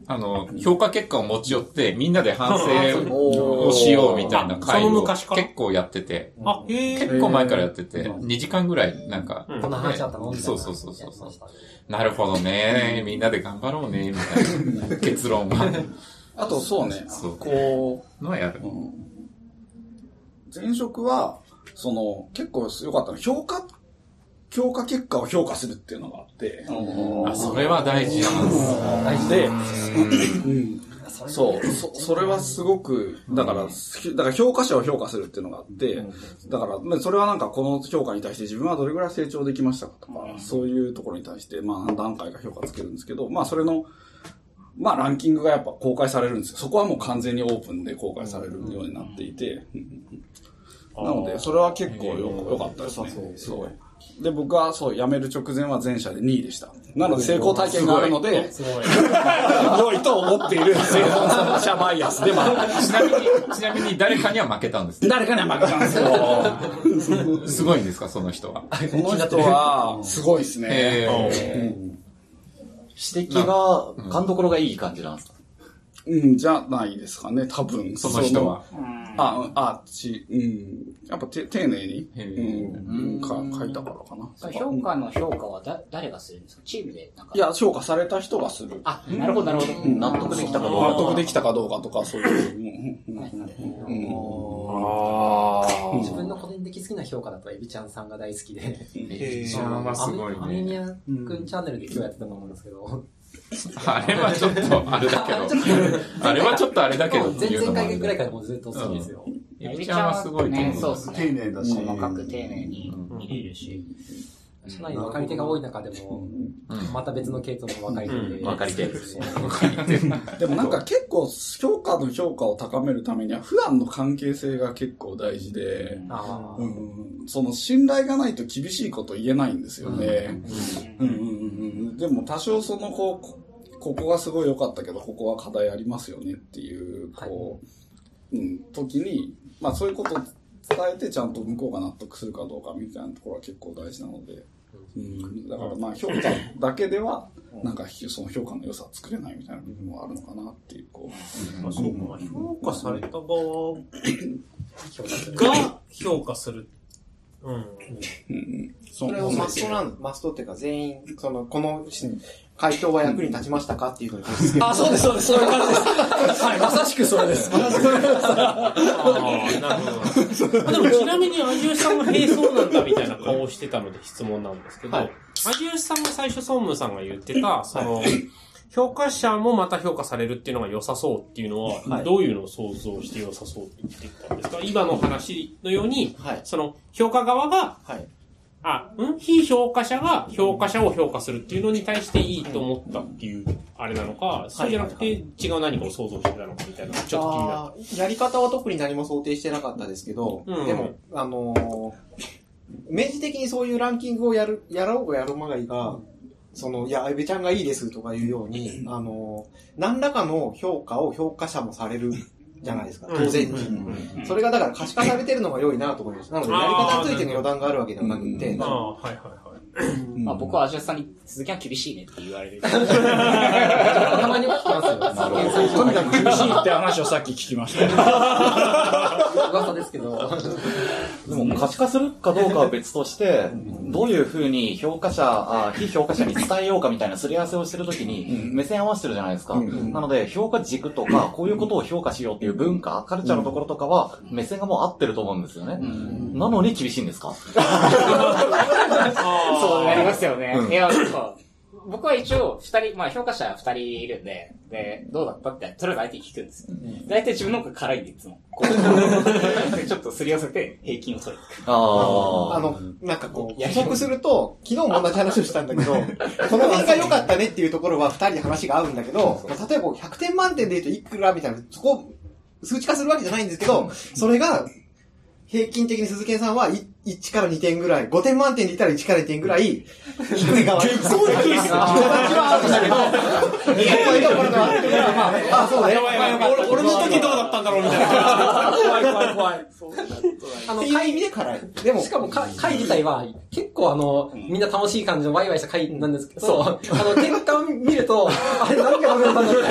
B: あの、評価結果を持ち寄って、みんなで反省をしようみたいな会
H: その
B: を
H: 昔
B: 結
H: から
B: 構やってて、
H: あ、へえ。
B: 結構前からやってて、2時間ぐらい、なんか、
F: こんな話あったのみたいな。
B: そうそうそうそう
F: やってまし
B: なるほどね、みんなで頑張ろうね、みたいな結論が、
A: あと、そうね。
B: そう
A: こ
B: のはやる
A: う、。前職は、その、結構良かったの。評価、評価結果を評価するっていうのがあって、
B: あ、それは大事なんです。
A: 大事で、うんそう、そ、それはすごく、だから、ひだから評価者を評価するっていうのがあって、だから、まあそれはなんかこの評価に対して自分はどれぐらい成長できましたかとか、そういうところに対して、まあ何段階か評価つけるんですけど、まあそれの、まあランキングがやっぱ公開されるんですよ。そこはもう完全にオープンで公開されるようになっていて、なので、それは結構よ良かったですね。そう。で、僕はそう、辞める直前は全社で2位でした。なので、成功体験があるので、良いと思っている生産者バイアスでもある、
B: ちなみに、ちなみに誰かには負けたんです ね
A: 誰かには負けたんですよ。
B: すごいんですか、その人は。
A: この人は、 すごいですね。
B: えー
E: 指摘が、勘どころがいい感じなんですか
A: うん、じゃないですかね、多分。
B: その人は。
A: あ、うんあ、ち、うん。やっぱて丁寧に、
B: へ
A: うん、か書いたからかな。
C: その評価の評価はだ誰がするんですかチームでなんか。
A: いや、評価された人がする。
C: あ、なるほど、なるほど。
E: 納得できたかどうか
A: 納得できたかどうかとか、そう いう。うんうん
F: 自分の個人的好きな評価だと、エビちゃんさんが大好きで、
B: そのまますごい
F: アメニ
B: ね。
F: ア君チャンネルで今日やってたと思うんですけど、
B: あれはちょっと、あれだ けど。あれはちょっとあれだけどってい
F: 前
B: うのも
F: 々
B: あ
F: 回
B: る
F: ぐらいからもうずっと好きですよ。
B: エビちゃんはすごいと思う
C: ね、そうです
I: 丁
C: ね。
I: 寧だし。
C: 細かく丁寧に入れるし。
F: 社内の分かり手が多い中でも、また別の系統の分かり手で。
E: 分かり手
F: ですね。
A: でもなんか結構評価の評価を高めるためには普段の関係性が結構大事で、
F: あ
A: う
F: ー
A: ん、その信頼がないと厳しいこと言えないんですよね。うんうんうんうん、でも多少そのこう、こここがすごい良かったけど、ここは課題ありますよねっていう、こう、うん、時に、まあそういうことを伝えてちゃんと向こうが納得するかどうかみたいなところは結構大事なので、うん、だからまあ評価だけでは、なんかその評価の良さは作れないみたいな部分もあるのかなっていう、こ
H: まあそうか、評価された側が評価する。うん。
A: う、うん、そ
G: それをマストなんマストっていうか、全員、その、この、回答は役に立ちましたかっていうのに。
A: あ、そうです、そうです、そういう感じです。はい、まさし くそれです。
H: ああ、なるほど。でもちなみに、アジュさんが、へえ、そうなんだみたいな顔をしてたので質問なんですけど、アジュさんが最初、ソンムさんが言ってた、その、評価者もまた評価されるっていうのが良さそうっていうのは、どういうのを想像して良さそうって言ってたんですか今の話のように、
G: はい
H: その、評価側が、
G: はい
H: あ、うん非評価者が評価者を評価するっていうのに対していいと思ったっていう、あれなのか、そうじゃなくて違う何かを想像してたのかみたいなのがちょっと気になった。
G: あーやり方は特に何も想定してなかったですけど、
H: うん
G: でも、あのー明示的にそういうランキングをやる、やろうがやろうまがいいが、その、いや、エベちゃんがいいですとかいうように、あのー何らかの評価を評価者もされるじゃないですか、当然に。それがだから可視化されてるのが良いなと思います。なので、やり方についての余談があるわけではなくて、
H: ああ、はいはいはい。
C: まあ僕はアジアさんに、鈴木は厳しいねって言われる。
F: たまには聞きますよ。
A: とにかく厳しいって話をさっき聞きました。
F: 噂ですけど。
E: でも可視化するかどうかは別として、どういうふうに評価者、あ非評価者に伝えようかみたいなすり合わせをしてるときに、目線合わせてるじゃないですか。なので、評価軸とか、こういうことを評価しようっていう文化、カルチャーのところとかは、目線がもう合ってると思うんですよね。なのに厳しいんですか
C: そうなりますよね。
E: うん
C: いや、なんか僕は一応、二人、まあ評価者二人いるんで、で、どうだったって、とりあえず相手に聞くんですよ。大体自分の方が辛いんで、い つも。こうでちょっとすり寄せて、平均を取る。
E: あ
G: あ
E: あ。
G: の、なんかこう、補足すると、昨日も同じ話をしたんだけど、この辺が良かったねっていうところは二人で話が合うんだけど、まあ例えば100点満点で言うといくらみたいな、そこ、数値化するわけじゃないんですけど、それが、平均的に鈴木さんはい1から2点ぐらい、5点満点で言ったら1から2点ぐらい、低い側に。結構低いっすよ。はあるんだけど、いやいやこれがあってまああ、そうだね。俺俺の時どうだったんだろうみたいな。
A: 怖い怖い怖い。
F: あ
G: っ
F: の
G: て、いう意味で辛い。でも
F: し、かもか、会自体は、結構あの、みんな楽しい感じのワイワイした会なんですけど、あの、結果を見ると、あれなんかダメだったんだろう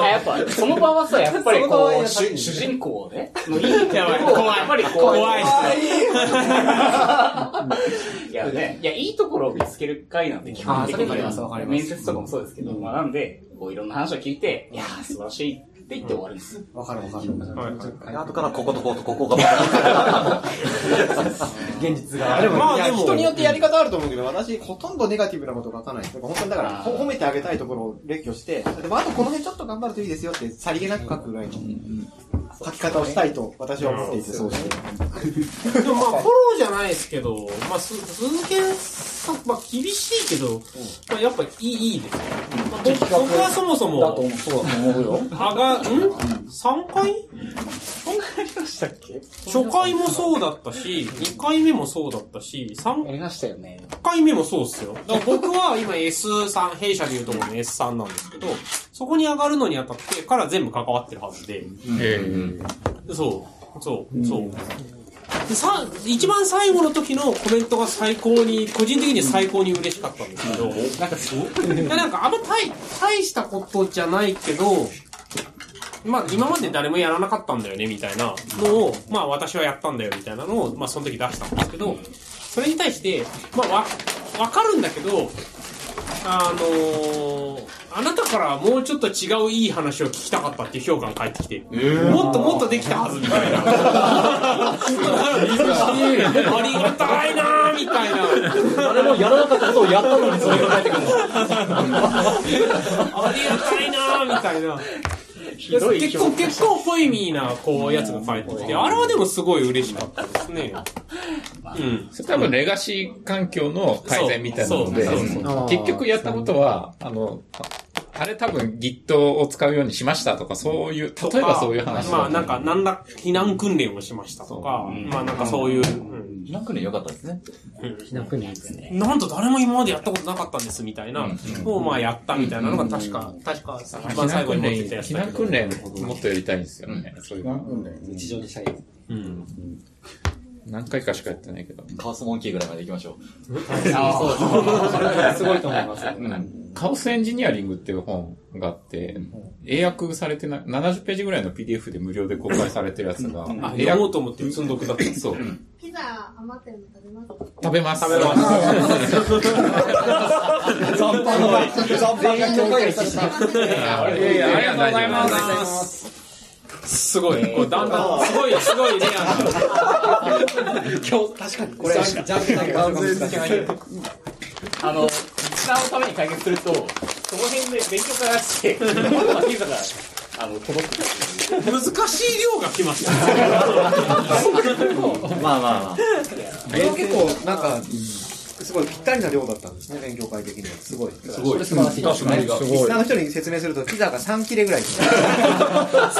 C: あやっぱ、その場はさ、やっぱり
F: その場は
C: こ
F: やっ
C: う、
F: ぱり
C: 主主人公をね、のいいやばい、怖い。やっぱりこう、怖いいやね、いや、いいところを見つける会なんで、基本的に
F: あーそれは
C: は面接とかもそうですけど、まあなんで、こういろんな話を聞いて、いやー、素晴らしいって言って終わるんですよ。
G: わかるわかる。
H: はいはい
E: あとからこことこことここが。現実が。
G: あでも、
H: まあ
G: いや
H: でも
G: 人によってやり方あると思うけど、私、ほとんどネガティブなこと書かない。本当にだから、ほ褒めてあげたいところを列挙して、でも、あとこの辺ちょっと頑張るといいですよって、さりげなく書くぐらいの。書き方をしたいと私は思っていて、そうして。
H: でもまあ、フォローじゃないですけど、まあ、す鈴木さん、まあ、厳しいけど、まあ、やっぱいい、いいですよ。まあ僕僕はそもそ
E: だと
H: も、
E: 思う、そうだと思うよ。
H: あが、ん ?3 回
C: そんなありましたっけ
H: 初回もそうだったし、2回目もそうだったし、3
C: やりましたよね。
H: 回目もそうっすよ。だから僕は今 S3、弊社でいうところの S3 なんですけど、そこに上がるのにあたってから全部関わってるはずで、そう、そう、そう。でさ一番最後の時のコメントが最高に、個人的には最高に嬉しかったんですけど、なんかそういやなんかあんま大大したことじゃないけど、まあ今まで誰もやらなかったんだよねみたいなのを、まあ私はやったんだよみたいなのを、まあその時出したんですけど、それに対して、まあわ、わかるんだけど、あのーあなたからもうちょっと違ういい話を聞きたかったっていう評価が返ってきて、もっともっとできたはずみたいな。ありがたいなーみたいな。
E: 誰もやらなかったことをやったのに、それが返ってくるの。
H: ありがたいなーみたいな。結構、結構ポイミーな、こう、やつが返ってきて、あれはでもすごい嬉しかったですね。うん。
B: それ多分レガシー環境の改善みたいなので
H: そうそうそう、
B: 結局やったことは、あの、ああれ多分 Git を使うようにしましたとか、そういう、例えばそういう話だと
H: まあなんか、なんだ、避難訓練をしましたとか、まあなんかそういう、うん
E: なくね、良かったですね。
H: なんと誰も今までやったことなかったんですみたいな、をまあやったみたいなのが確か、確か一
B: 避
H: 番最
B: 難
H: 後に
B: 訓
H: 持っ
B: 練、
H: てたやつ
B: 避
H: だ
B: 難
H: けど
B: 訓。練もっとやりたいんですよね。そういうの
D: 日常にしたいです。
H: うん。
B: 何回かしかやってないけど。
E: カオスモンキーぐらいまで行きましょ
D: すごいと思います。
B: カオスエンジニアリングっていう本があって、英訳されてない、70ページぐらいの PDF で無料で公開されてるやつが、
H: あ、
B: 英
H: やろ
B: 訳
H: うと思って積んどくだった。
B: そう。
J: ピザ余ってるの食べます
B: 食べます。
H: 食べます。
B: あいやいや、ありがとうございます。
H: すごい。こうだんだん、すごい、すごいレア
D: これ、ジャンプさんが買うかもしれない。
C: あの、時間のために解決すると、その辺で勉強からして、まだまだピザが、あの、届く。
H: な、難しい量が来ました。
E: う。まあまあまあ。
G: これは結構、なんか、すごいぴったりな量だったんですね、勉強会的には。すごい。すごい。
F: 素晴らし
B: 確
F: い。
B: かに、す
G: リ
B: ご
G: ス
B: い
G: ナー。の人に説明すると、ピザが3切れ ぐらい。少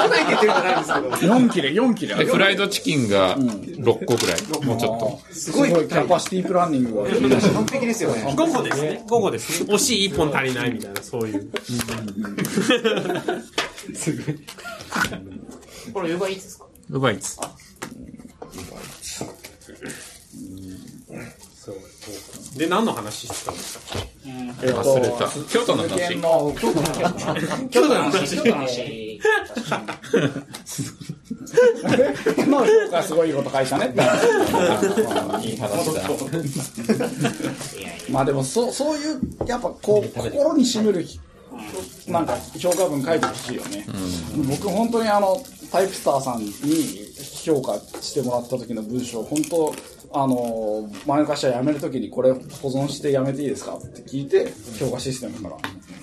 G: ないって言ってるんじゃないんですけど。
A: 4切れ、4切
B: で、
A: れ。
B: フライドチキンが6個ぐらい。もうちょっと。
A: すごいキャパシティプランニングが。
G: 完璧ですよね。
H: 午後ですね。午後ですね。惜しい一本足りないみたいな、そういう。
C: これ、ウーバーイーツですか
B: うまいっす。
H: で、何の話してたんですか
B: 忘れた。京都の話。
C: 京都の話、京都の話。
A: まあ、評価すごいこと書いたねって話。
B: いい話だ。
A: まあでも、そう、そういう、やっぱこう、心にしむる、なんか、評価文書いてほしいよね。僕、本当にあの、タイプスターさんに評価してもらった時の文章、本当、あの、前の会社辞める時にこれ保存して辞めていいですかって聞いて、評価システムから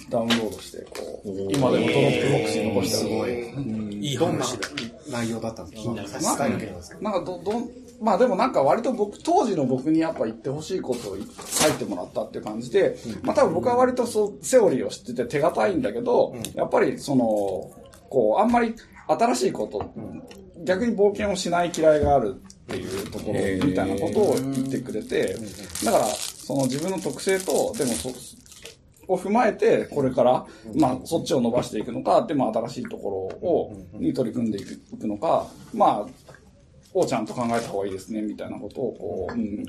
A: ダウンロードして、こう、今でもドロップボックスに残してる。
H: いい話だ。
G: 内容だったんですか
A: なんかなんかど、どん、まあでもなんか割と僕、当時の僕にやっぱ言ってほしいことを書いてもらったっていう感じで、まあ多分僕は割とそう、セオリーを知ってて手堅いんだけど、やっぱりその、こう、あんまり新しいこと、逆に冒険をしない嫌いがあるっていうところみたいなことを言ってくれて、だから、その自分の特性と、でもそ、を踏まえて、これから、まあ、そっちを伸ばしていくのか、でも新しいところを、に取り組んでいくのか、まあ、をちゃんと考えた方がいいですね、みたいなことを、こう、うん、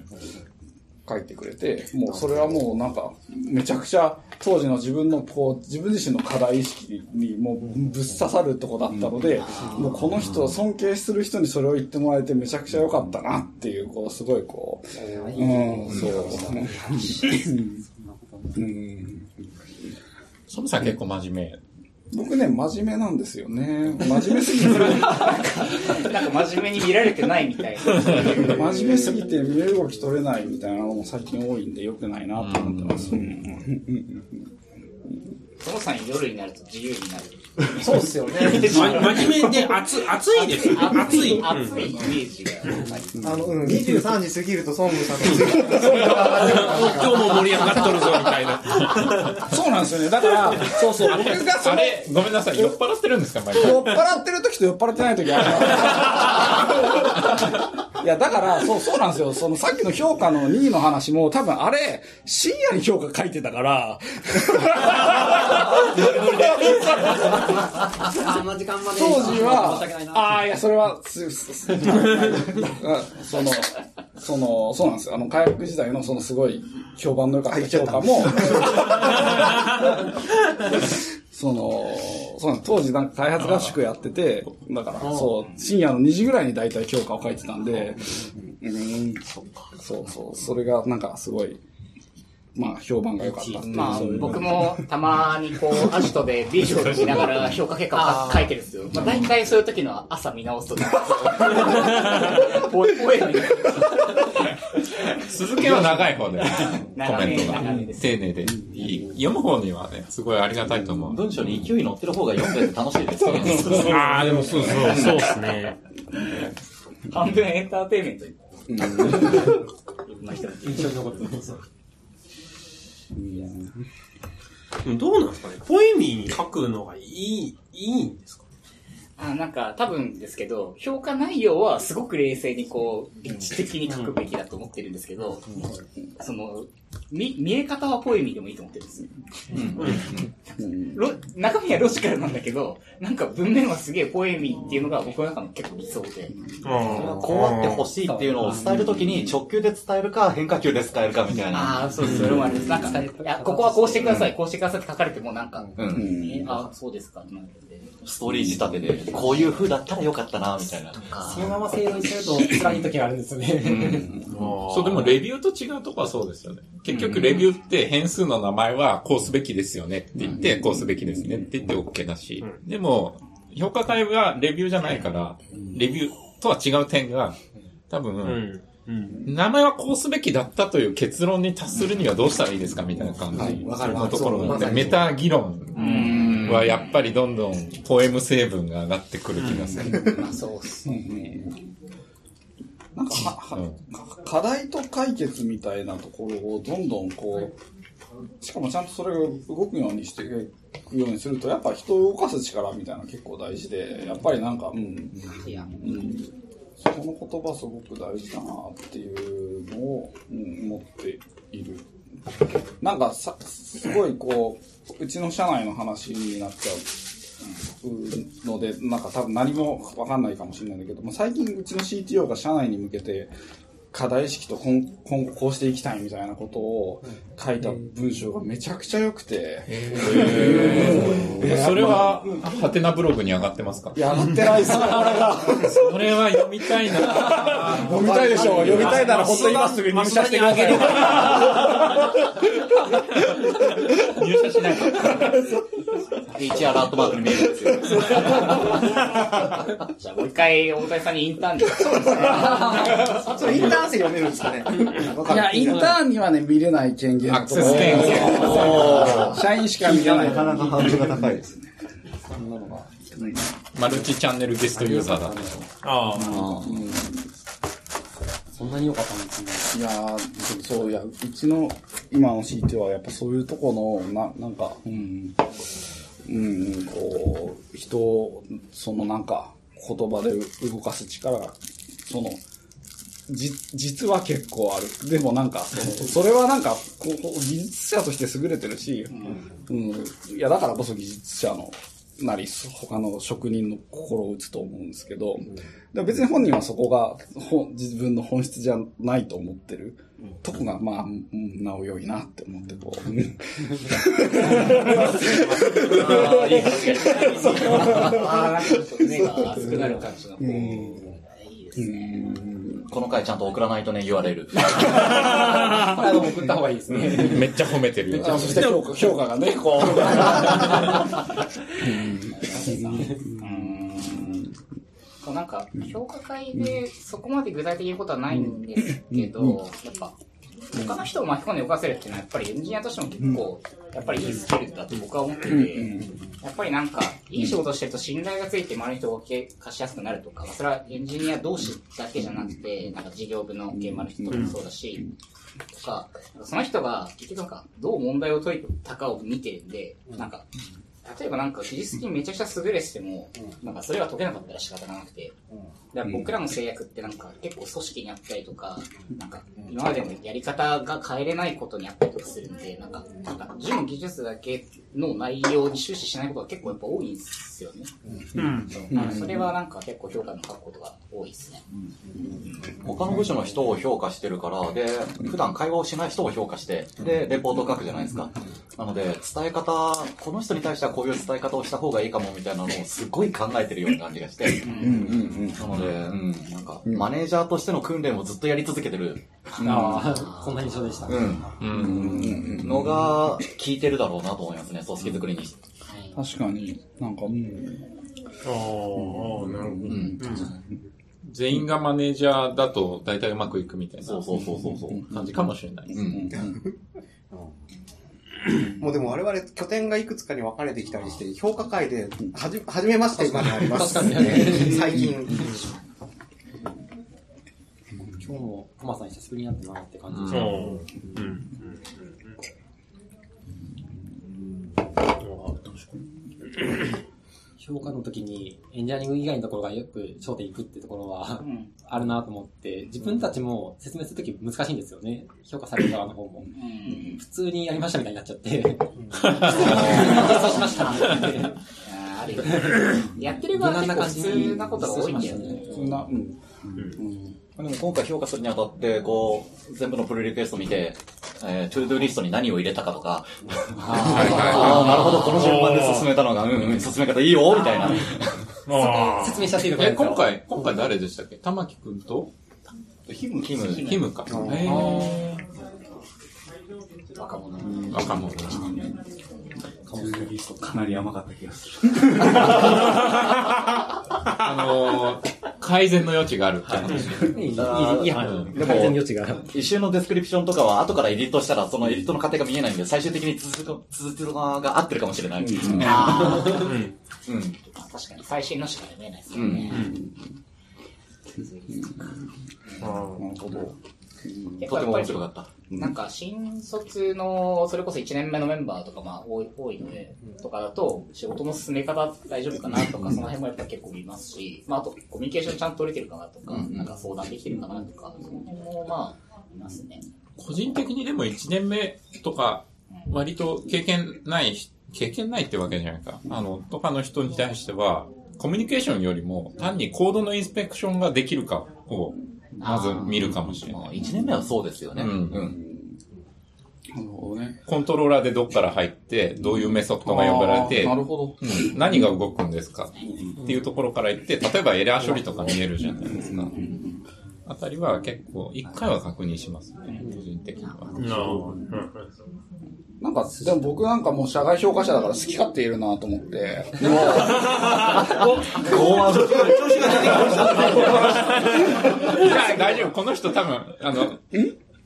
A: 書いてくれて、もうそれはもうなんか、めちゃくちゃ当時の自分の、こう、自分自身の課題意識にもうぶっ刺さるとこだったので、もうこの人、尊敬する人にそれを言ってもらえてめちゃくちゃ良かったなっていう、こう、すごいこう、うん、そうですね。うん
B: ソムさん結構真面
A: 僕ね、真面目なんですよね。真面目すぎて、
C: なんか真面目に見られてないみたいな。
A: 真面目すぎて身動き取れないみたいなのも最近多いんで良くないなと思ってます。うん
C: そのさん夜になると自由になる。
G: そうっすよね
H: ま真面目で熱熱いですよ
C: 熱
H: 熱い
C: い、熱いイメージが。
G: あの、うん、23時過ぎると孫武さんのツイッタ
H: 今日も盛り上がっとるぞみたいな。
A: そうなんですよね。だから、そう そう、僕がそ
B: あ
A: れ、
B: れ、ごめんなさい、酔っ払ってるんですか、毎回。
A: 酔っ払ってる 時と酔っ払ってない時あるいや、だから、そう、そうなんですよ。そのさっきの評価の2位の話も、多分あれ、深夜に評価書いて たから、
D: あんな時間まで。
A: 当時は
D: 申し訳ない、な。
A: ああ、いや、それは、すすす うんその、その、そうなんですよ。あの、火薬時代の、その、すごい、評判の良かった評価も、 その、そうなんです当時、なんか開発合宿やってて、だから、そう、深夜の2時ぐらいに大体評価を書いてたんで、うん、そうそう、それが、なんか、すごい、まあ、評判が良かったっていう。
C: まあ
A: そういう、
C: 僕もたまにこう、アジトでビールをしながら評価結果を書いてるんですよ。まあ、大体そういう時のは朝見直すとね、こう覚えない。
B: 続けは長い方で、コ
C: 長
B: メ
C: め
B: ントが
C: 長めです
B: 丁寧でいい。読む方にはね、すごいありがたいと思う。
E: 文章に勢い乗ってる方が読んでて楽しいですよね。
H: ああ、でもそうそう、そうですね。
C: 半分エンターテインメントに。
H: でもどうなんですかねポエミーに書くのがいい、いいんですか
C: あなんか、多分ですけど、評価内容はすごく冷静にこう、一致的に書くべきだと思ってるんですけど、その、見、見え方はポエミーでもいいと思ってるんですよ。ロ中身はロジカルなんだけど、なんか文面はすげえポエミーっていうのが僕の中の結構理想で。
E: こうあってほしいっていうのを伝えるときに直球で伝えるか変化球で伝えるかみたいな。
C: ああ、そうです。それもあります。なんか、いや、ここはこうしてください、こうしてくださいって書かれてもなんか、
E: うん。
C: えあそうですか、なんで。
E: ストーリー仕立てで、こういう風だったらよかったな、みたいな。
D: そのまま正論にすると辛い時があるんですよね。
B: そう、でもレビューと違うとこはそうですよね。結局レビューって変数の名前はこうすべきですよねって言って、こうすべきですねって言って OK だし、でも、評価会はレビューじゃないから、レビューとは違う点が、多
H: う
B: 分、
H: ん。うん。
B: 名前はこうすべきだったという結論に達するにはどうしたらいいですかみたいな感じ
G: わかる
B: のところなんで
G: そう
B: メタ議論はやっぱりどんどんポエム成分が上がってくる気がする。
C: まあ、そうっす。
A: なんかはは
B: う
A: か課題と解決みたいなところをどんどんこう、しかもちゃんとそれが動くようにしていくようにすると、やっぱ人を動かす力みたいなの結構大事で、やっぱりなんか、うん、
C: いや、
A: そこの言葉すごく大事だなっていうのを、うん、持っている。なんかさ、すごいこう、うちの社内の話になっちゃう。ので、なんか多分何もわかんないかもしれないんだけど、もう最近うちの CTO が社内に向けて、課題意識と今今後こうしていきたいみたいなことを書いた文章がめちゃくちゃ良くて、
B: それは、ハテナブログに上がってますか
A: やってないっすね、これが。
B: それは読みたいな
A: 読みたいでしょ読みたいなら本当に今すぐ入社してくださいよ。
B: 入社しないと。
E: HR アートマークに見えるんですよ。
C: じゃあもう一回、大谷さんにインター ンで。
G: ーそれインターン生読めるんですかねわか
A: い
G: る
A: や、インターンにはね、見れない権限
B: アクセス権限
A: 社員しか見れない。
I: なかなかハードルが高いですね。
B: マルチチャンネルゲストユーザーだね。
H: ああ。
F: そんなに良かったんですね。
A: いやー、でもそう、いや、うちの今の CT はやっぱそういうとこの、な、なんか、うん、うん、こう、人を、そのなんか、言葉で動かす力が、その、じ、実は結構ある。でもなんか、そのそれはなんかこう、こう技術者として優れてるし、うん、いや、だからこそ技術者の、なり、他の職人の心を打つと思うんですけど、でも別に本人はそこが本自分の本質じゃないと思ってる。とこが、まあ、うんなお良いなって思って、こう。うん
C: ああ、なんかちょっと目が熱くなる感じの。
E: この回ちゃんと送らないとね、URL。
D: あの、送った方がいいですね。
B: めっちゃ褒めてるよ。
A: あそして評価評価がね、こう。
C: そうなんか、評価会でそこまで具体的なことはないんですけど、やっぱ、他の人を巻き込んで動かせるっていうのは、やっぱりエンジニアとしても結構、やっぱりいいスキルだと僕は思ってて、やっぱりなんか、いい仕事をしてると信頼がついて周りの人を貸しやすくなるとか、それはエンジニア同士だけじゃなくて、なんか事業部の現場の人とかもそうだし、とか、なんかその人が結局なんか、どう問題を解いたかを見てるんで、なんか、例えばなんか技術的にめちゃくちゃ優れてても、なんかそれが解けなかったら仕方がなくて、だから僕らの制約ってなんか結構組織にあったりとか、なんか今までのやり方が変えれないことにあったりとかするんで、なんか、なんか純技術だけの内容に終始しないことが結構やっぱ多いんですよね。
H: うん。
C: うんそれはなんか結構評価の書くことが多いですね。
E: 他の部署の人を評価してるから、で、普段会話をしない人を評価して、で、レポートを書くじゃないですか。なので、伝え方、この人に対してはこういう伝え方をした方がいいかもみたいなのをすごい考えてるような感じがして、なので、うん、なんか、マネージャーとしての訓練をずっとやり続けてる
F: ああ、こんな印象でした。
E: のが、効いてるだろうなと思いますね、組織作りに。
A: 確かに、なんか、うん、
H: ああ、なるほど。
B: 全員がマネージャーだと大体うまくいくみたい
E: そ
B: な
E: うそうそうそうそう。
B: 感じかもしれないです。
E: うん。
G: もうでも我々拠点がいくつかに分かれてきたりして、評価会で、はじ、はじめましてまであります。最近。
F: 今日もトマさん久しぶりに会ったなって感じで
H: そう。うん。
F: 評価の時にエンジニアリング以外のところがよく焦点いくってところは
C: ん
F: あるなと思って、自分たちも説明するとき難しいんですよね。評価される側の方も。普通にやりましたみたいになっちゃって。 そうしましたって言って。
C: あーあるよねやってる側は結構普通なことが多いんだよね。
A: そんな、うん。
E: でも今回評価するにあたって、こう、全部のプレリクエスト見て、えー、トゥードゥーリストに何を入れたかとか、ああ、なるほど、この順番で進めたのが、うんうん、進め方いいよ、みたいな。
H: あ
F: 説明しちゃっていいのかな
B: え、今回、今回誰でしたっけ玉木くんと
I: ヒム、
E: キム、
B: キムか。へー若者。若者。
I: かなり甘かった気がする。
B: あのー、改善の余地があるって話。
F: いい、いい、いい話。
E: でも
F: 改善余地が。
E: 一周のデスクリプションとかは、後からエディットしたら、そのエディットの過程が見えないんで、最終的に続く、続く側が合ってるかもしれない。うん。
C: あー
H: うん。
C: 確かに最新のしか読めないですよね。結
E: と
C: 構
E: て
C: やっ
E: も
C: ぱ
E: 面
C: り
E: 白かった。
C: なんか新卒の、それこそ1年目のメンバーとかまあ多い多いので、とかだと、仕事の進め方大丈夫かなとか、その辺もやっぱ結構見ますし、まああとコミュニケーションちゃんと取れてるかなとか、なんか相談できてるかなとか、その辺もまあ、見ますね。
B: 個人的にでも1年目とか、割と経験ない人、経験ないってわけじゃないか。あの、とかの人に対しては、コミュニケーションよりも、単にコードのインスペクションができるかを、まず見るかもしれない。
E: 一年目はそうですよね。
B: うん
E: ん。
A: なるほどね。
B: コントローラーでどっから入って、どういうメソッドが呼ばれて、
A: あーなるほ
B: うん何が動くんですかっていうところから言って、例えばエラー処理とか見えるじゃないですか。あたりは結構、一回は確認しますね、個人的には。
H: なあうん
A: ど。なんか、でも僕なんかもう社外評価者だから好き勝手いるなと思って。
B: いや、大丈夫。この人多分、あの、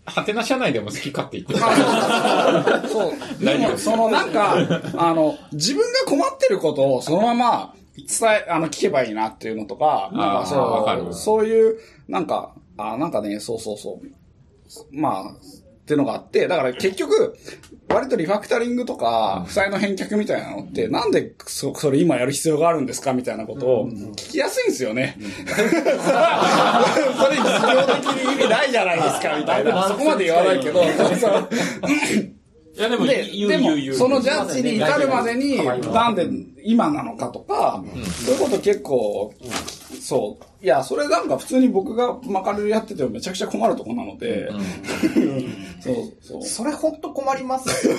B: ハテナ社内でも好き勝手言ってる。
A: そう。で
B: 大丈夫
A: も、そのなんか、あの、自分が困ってることをそのまま伝え、あの、聞けばいいなっていうのとか、なん
B: あー
A: かそ
B: わかる
A: う、そういう、なんか、あーなんかね、そうそうそう。まあ、ってのがあって、だから結局、割とリファクタリングとか、負債の返却みたいなのって、なんでそそれ今やる必要があるんですかみたいなことを聞きやすいんですよね。それは、それ実業的に意味ないじゃないですか、みたいな。そこまで言わないけど、そうそう
B: いや、でも、
A: で、
B: 言う
A: で
B: 言
A: も
B: う言う。
A: そのジャッジに至るまでに、なんで今なのかとか、そういうこと結構、そう。いや、それなんか普通に僕がマカレルやっててもめちゃくちゃ困るとこなので、 そう、そう。
G: それほんと困りますよ。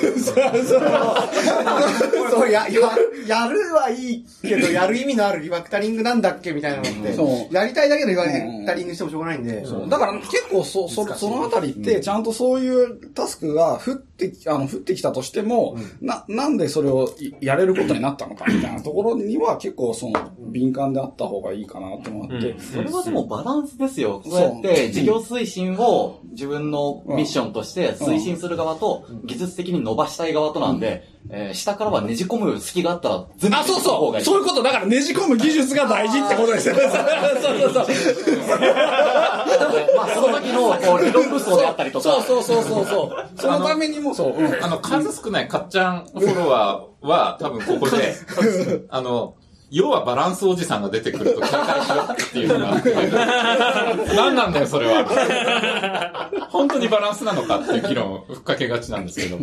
G: そう、や、や、やるはいいけど、やる意味のあるリファクタリングなんだっけみたいなのって、
A: そ
G: やりたいだけのリファクタリングしてもしょうがないんで。
A: そうだから結構そ、そ、そのあたりって、ちゃんとそういうタスクが降ってき、あの、降ってきたとしても、な、なんでそれをいやれることになったのかみたいなところには結構その、敏感であった方がいいかなと思って、
E: で、それはでもバランスですよ。こうやって、事業推進を自分のミッションとして推進する側と、技術的に伸ばしたい側となんで、えー下からはねじ込む隙があったら、全部
A: あ、そうそうそういうこと、だからねじ込む技術が大事ってことですよ。そうそうそう。
E: まあ、その時のこう理論武装であったりと
A: そう
E: か、
A: そうそうそうそう。そのためにもそう。うん
B: あの、数少ないかっちゃんフォロワーは、多分ここ で、あの、要はバランスおじさんが出てくると警戒しろっていうのが、何なんだよ、それは。 本当にバランスなのかっていう議論をふっかけがちなんですけど、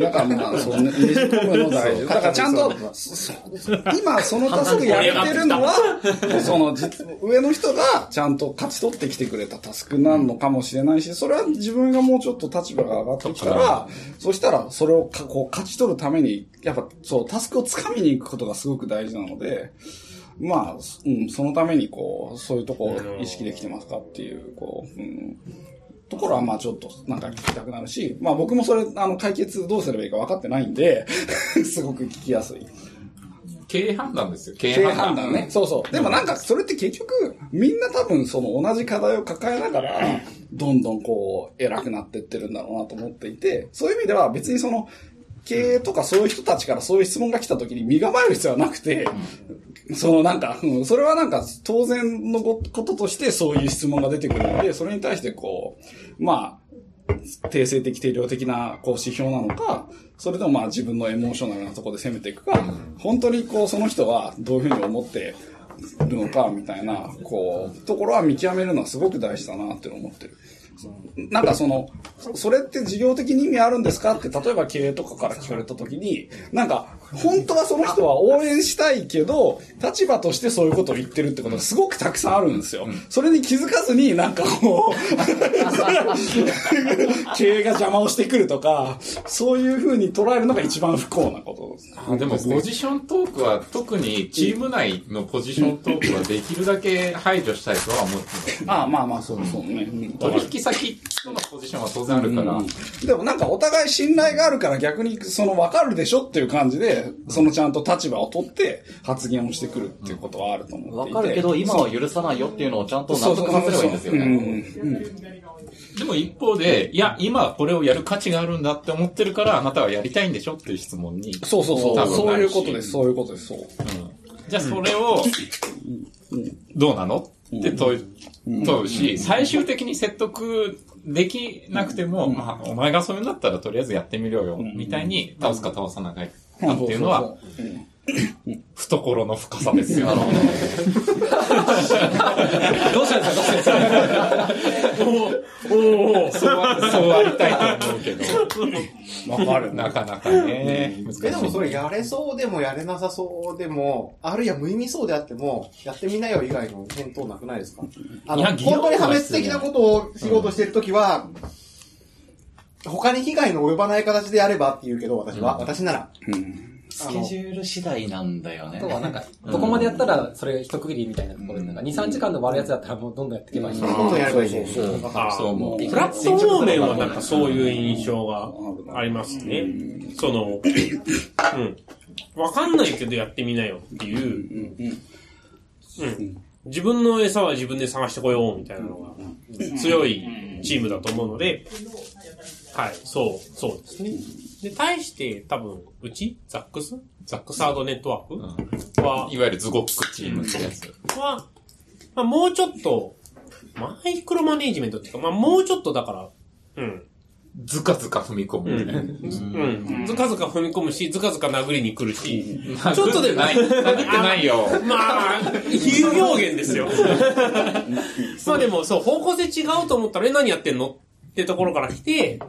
A: だからまあ、そうね、ねじ込むの大事。だからちゃんと、そそう今その他足やってるのは、 その実上の人がちゃんと勝ち取ってきてくれたタスクなのかもしれないし、それは自分がもうちょっと立場が上がってきたら、そしたらそれをかこう勝ち取るために、やっぱそう、タスクを掴みに行くことがすごく大事なので、まあ、すうん、そのためにこう、そういうとこを意識できてますかっていう、こう、うん、ところはまあちょっとなんか聞きたくなるし、まあ僕もそれ、あの、解決どうすればいいか分かってないんで、 すごく聞きやすい。
B: 経営判断ですよ、経営
A: 経営
B: 判断。
A: 判断ね。そうそう。でもなんかそれって結局、みんな多分その同じ課題を抱えながら、どんどんこう、偉くなってってるんだろうなと思っていて、そういう意味では別にその、経営とかそういう人たちからそういう質問が来た時に身構える必要はなくて、そのなんか、うんそれはなんか当然のごこととしてそういう質問が出てくるので、それに対してこう、まあ、定性的定量的なこう指標なのか、それともまあ自分のエモーショナルなところで攻めていくか、本当にこうその人はどういうふうに思ってるのかみたいな、こう、ところは見極めるのはすごく大事だなって思ってる。なんかその、そそれって事業的に意味あるんですかって、例えば経営とかから聞かれたときに、なんか、本当はその人は応援したいけど、立場としてそういうことを言ってるってことがすごくたくさんあるんですよ。それに気づかずに、なんかこう、経営が邪魔をしてくるとか、そういうふうに捉えるのが一番不幸なことです。
B: あでもポジショントークは特にチーム内のポジショントークはできるだけ排除したいとは思ってます。
A: ああ、まあまあ、そうそうね。うん
B: 取引先とのポジションは当然あるから、
A: でもなんかお互い信頼があるから逆にその分かるでしょっていう感じで、そのちゃんと立場を取って発言をしてくるっていうことはあると思って
E: わ
A: いて。
E: かるけど、今は許さないよっていうのをちゃんと
A: そ
E: 納
A: うそう
E: 得
A: そ
E: さ
A: う
E: せればいいんですよ
A: う
E: ね。
A: んうん
B: でも一方で、いや、今これをやる価値があるんだって思ってるから、あなたはやりたいんでしょっていう質問に。
A: そうそうそ
B: 多
A: う。
B: 分
A: そういう
B: なるし
A: ことです、そういうことです、そう。
B: じゃあそれを、どうなのって問う問うし、最終的に説得できなくても、まあ、お前がそういうんだったらとりあえずやってみろよ、みたいに倒すか倒さないかっていうのは、懐の深さですよ。
F: どうしたんですかどうしたんですか
B: そうは、そうありたいと思うけど、
A: わかる。
B: なかなかね、難しい。
G: え、でもそれやれそうでもやれなさそうでも、あるいは無意味そうであっても、やってみなよ以外の返答なくないですかあ
B: い
G: の、
B: や
G: 本
B: 議論は
G: 当に破滅的なことをしようとしてるときは、他に被害の及ばない形でやればって言うけど、私は、私なら。
E: スケジュール次第なんだよね
F: あ。とはなんか、ここまでやったら、それ一区切りみたいなところで、なんか2、3時間で終わるやつだったらもうどんどんやっていけばいい。
G: どんどんやればいいね。わかる
B: そう思う。
H: プラットフォー面はなんかそういう印象がありますね。その、うん。わかんないけどやってみなよっていう、うん。自分の餌は自分で探してこようみたいなのが強いチームだと思うので、はい、そう、そうですね。で、対して多分、うちザックスザックサードネットワークは、
B: いわゆるズゴックチームってやつ。
H: は、まあ、もうちょっと、マイクロマネージメントっていうか、まあ、もうちょっとだから、うん。
B: ずかずか踏み込むよね。
H: うん。ずかずか踏み込むし、ずかずか殴りに来るし。
B: ちょっとで ない。殴ってないよ。
H: まあ、比喩表現ですよ。まあでも、そう、方向性違うと思ったら、え、何やってんのってところから来て、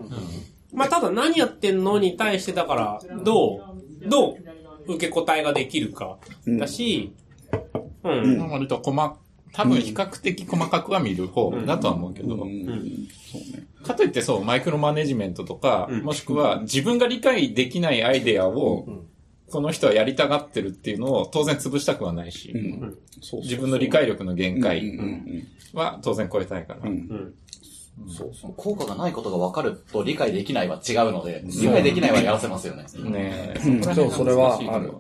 H: まあただ何やってんのに対して、だから、どう、どう受け答えができるか、だし、うん。
B: 割と細、多分比較的細かくは見る方だとは思うけど、かといってそう、マイクロマネジメントとか、
H: うん
B: もしくは自分が理解できないアイデアを、この人はやりたがってるっていうのを当然潰したくはないし、
A: そう
B: 自分の理解力の限
A: うん
B: 界
A: うんうん
B: は当然超えたいから。
A: うん
E: 効果がないことが分かると理解できないは違うので、理解できないはやらせますよね。
B: ねえ
A: うん
B: こら辺が難しいとこ
A: そうそれはある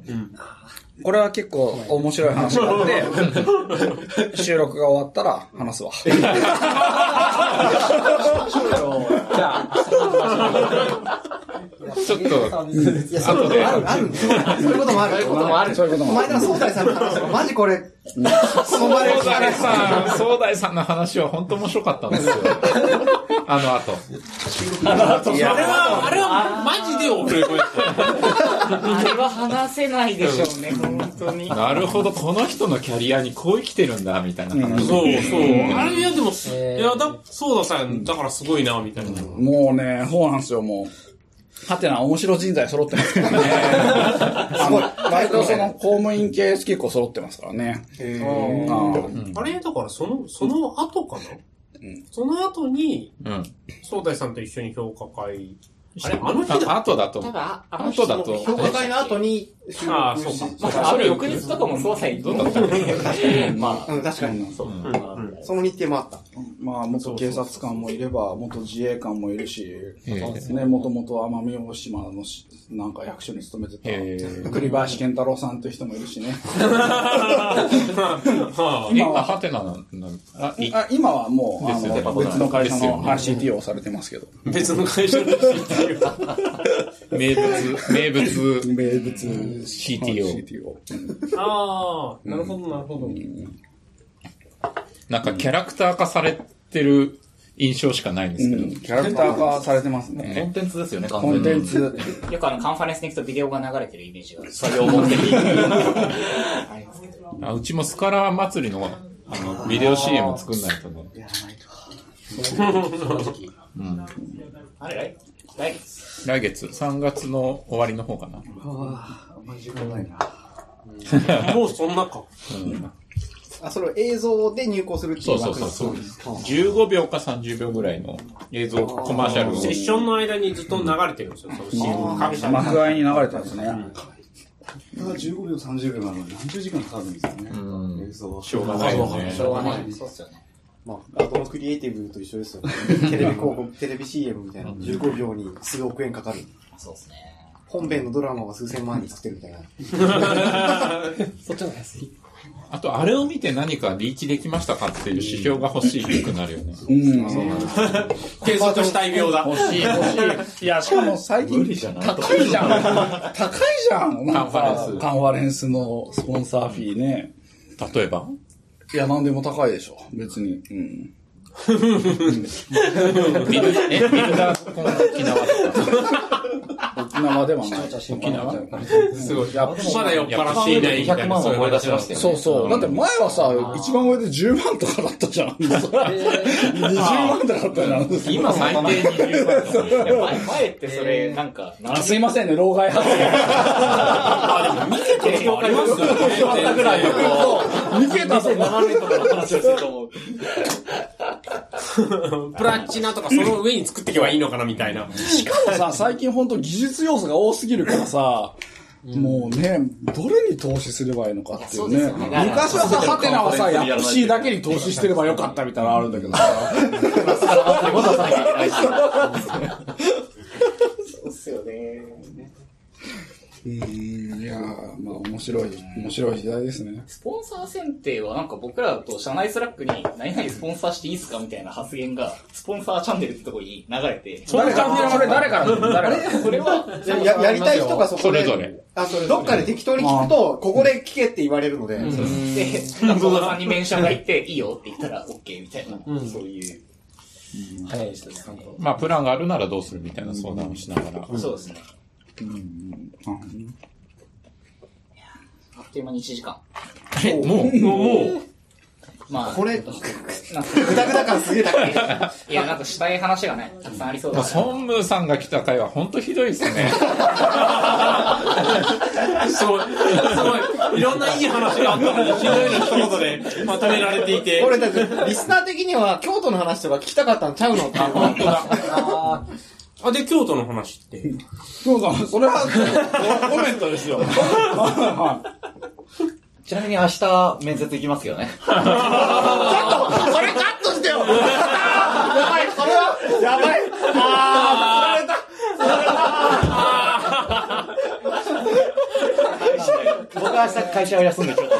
A: これは結構面白い話があ って、収録が終わったら話すわ。
B: ちょ
F: じゃあ、
B: っと、
G: いや、そういうこともある、ある。そういうこともある。そうい
A: そういうこ
G: うこともある。
A: と
G: お
A: もあ
G: 前
A: る。
G: ら、総裁さんの話が、マジこれ、そば
B: 総
G: で聞かれ
B: 大
G: て
B: さん、総大さんの話は本当面白かったんですよ。あの後。
H: れは、あれはマジで俺、
C: あれは話せないでしょうね、本当に。
B: なるほど、この人のキャリアにこう生きてるんだ、みたいな
A: うん
B: 話。
H: そうそう。あれ、いや、でも、
F: えー
H: いや、だ、そうださん、だからすごいな、みたいな。
A: もうね、そうなんですよ、もう。はてな、面白人材揃ってます からね。あの、割とその、公務員系結構揃ってますからね。うん
H: あれ、だから、その、その後かなその後に、
B: うん。
H: 総大さんと一緒に評価会。あ
B: あ
H: れ、あの日だ。
B: 後だと思
C: た
B: う。
C: だ、あ
B: 後だと。
G: 評価会の後に、
H: ああ、そうか。
C: まあ、ある翌日とかも総裁どうだったんで、ま
G: うん、確かに。
C: そう。まあ
G: その日程もあった。
A: まあ、元警察官もいれば、元自衛官もいるし、
B: え
A: そうですね、もともと奄美大島のしなんか役所に勤め
B: え
A: て
B: え
A: た、栗林健太郎さんという人もいるしね。
H: は
B: え、あ、ハテナなんだ。あ、い
A: あ今はもう、あ
B: ですよね
A: の別の会社
B: ですよ
A: の
B: ね
A: RCT をされてますけど。
H: あ別の会社の人っていう。
B: 名物、名物、
A: 名物
B: CTO。
H: ああ、なるほど、なるほど。
B: なんかキャラクター化されてる印象しかないんです
A: う
B: けど。
A: ん、キャラクター化されてますね。
E: コンテンツですよね、完
A: コンテ
E: 全
A: ン
E: に。
A: ツ、
C: よくあの、カンファレンスに行くとビデオが流れてるイメージがある。
E: 作業目的。
B: あうちもスカラ祭りの、あの、ビデオ CM 作んないとね。
C: あれ、来来月。
B: 来月、3月の終わりの方かな。
H: もうそんなか。
G: あ、それを映像で入稿するってい
B: そううそう
G: 枠
B: そうそう。
G: う
B: 15秒か30秒ぐらいの映像コマーシャル
H: セッシ
B: を。
H: ョンの間にずっと流れてるんですよ、その CM 各社の。
A: 幕間に流れてますね。
I: れは15秒、30秒なのに何十時間かかるんですよね。
B: うん
I: 映像は
B: しょうがないよね。
C: しょうがない。そうっすよね。
G: まあ、アドのクリエイティブと一緒ですよ。テレビ広告、テレビ CM みたいな。15秒に数億円かかる。
C: そうですね。
G: 本編のドラマは数千万円で作ってるみたいな。
F: そっちの方が安い。
B: あと、あれを見て何かリーチできましたかっていう指標が欲しいくなるよね。
A: うん、そう
H: 計測したい秒だ。
A: 欲しい、欲しい。いや、しかも最近、高いじゃん。 高いじゃん。なん
B: カンファ
A: か
B: レン、ス
A: カンファレンスのスポンサーフィーね。
B: 例えば
A: いや、なんでも高いでしょ。別に。うん。
B: ビル、え、ビルダーコン沖縄とか。
A: 沖縄ではない。
F: 沖縄
B: すごい。
A: やっぱ
H: まだ酔っ払っていないみたい
E: 200
H: な、
E: 万を
H: そういう
E: 超え出
H: 話
E: し
H: だ
E: ま
H: っ
E: し
H: た。
E: たよね。
A: そうそう。だって前はさ、一番上で10万とかだったじゃん。20万と かだったじゃん。
B: 今最低20万とかですね。
C: 前、前ってそれ、なんか、
A: あすいませんね、老害発
H: あ、でも見てたことありますよね。ぐらい
A: 言。逃げたぞ、
E: 7年とかの話をすると思う。
H: プラチナとかその上に作っていけばいいのかな、みたいな。
A: しかもさ、最近本当技術要素が多すぎるからさ、もうね、どれに投資すればいいのかっていうね。
C: いやそうですよね
A: 昔はさ、ハテナはさ、ヤプシーだけに投資してればよかったみたいなのあるんだけどさ。
C: そうっすよね。
A: うん、いやーまあ面白い、面白い時代ですね。
C: スポンサー選定はなんか僕らだと社内スラックに何々スポンサーしていいですかみたいな発言がスポンサーチャンネルってとこに流れて、そ
A: 誰から、それ誰から誰から
C: れは、
G: やややりたい人がそこ
B: そ
G: で、
B: れぞれ。
G: あそれどっかで適当に聞くと、ここで聞けって言われるので、
C: で、なんか小田さんにメンションがいて、いいよって言ったら OK みたいな、そういう。
F: 早い人です、ちゃんと。
B: まあ、プランがあるならどうするみたいな相談をしながら。
C: そうですね。あっという間に1時間。
B: え、もう、もう、
C: まあ、
G: これ、
C: なん
G: グ
C: か
G: ダグダ感すげえ高い。
C: いや、なんかしたい話がね、たくさんありそう
B: ま
C: だ
B: あ、
C: から。
B: ソンムーさんが来た回は本当ひどいですね。
H: すごい、すごい。いろんないい話があったのに、ひどいの一言でまとめられていて。
G: これだって、リスナー的には、京都の話とか聞きたかったんちゃうのっていう
H: 本当だ。あ、で、京都の話って。
A: そうだ、それは、コメントですよ。
E: ちなみに明日、面接行きますけどね。
G: これカットしてよやばい、これは、やばい。あー、釣られた。僕は
E: が明日会社を休んでちょっと。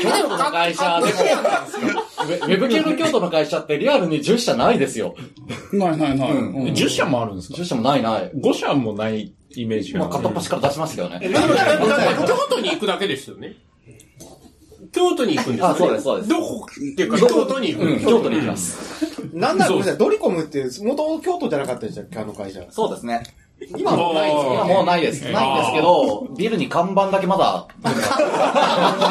E: 京都の会社、でも、ウェウェブ系の京都の会社ってリアルに10社ないですよ。
A: ないない ない。
B: 10社もあるんですか
E: ?10 社もないない。
B: ?5 社もないイメージが
E: まあ、片っ端から出しますけどね。
H: だからだって京都に行くだけですよね。京都に行くんですよ、ね。
E: あそうですそうです
H: どこっていうか、京都に行く。
E: うん、京都に行きます。
G: なんだろう、ごめんなさいドリコムって、元々京都じゃなかったでしたっけ、あの会社。
E: そうですね。今もうないです。今もうないです。ないんですけど、ビルに看板だけまだ、
H: あ
E: ち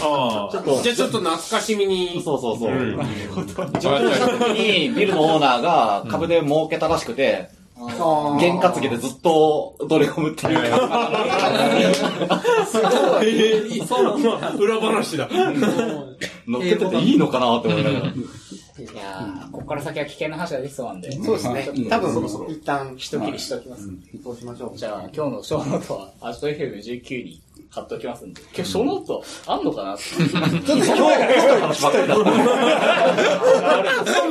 E: ょっと
H: あ。じゃあちょっと懐かしみに。
E: そうそうそう。
H: ん
E: 上場した時にビルのオーナーが株で儲けたらしくて、験担ぎでずっとドリコムっていう。
H: 裏話だ。
E: 乗っけてていいのかなって思いながら。
C: いやー、ここから先は危険な話ができそうなんで。
G: そうですね。多分、一旦、
C: 一切りしておきます。
G: そうしましょう。
C: じゃあ、今日のショーノートは、アジト FM19 に貼っておきますんで。今日ショーノートあんのかなって
H: トム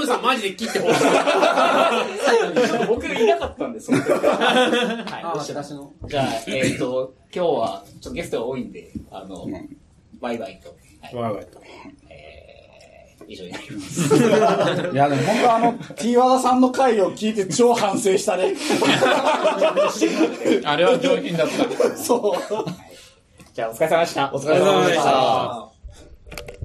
H: さんマジで切ってほしい。
C: ちょっと僕いなかったんです。その時
F: あ
C: はい。
F: 私の。
C: じゃあ、えっ、と、今日は、ちょっとゲストが多いんで、あの、バイバイと。はい
H: わいわいと
C: 以上になります。
A: いや、でも本当あの、T 和田さんの回を聞いて超反省したね。
B: あれは上品だった。
A: そう。
C: じゃあ、お疲れ様でした。お疲。
A: れ様でした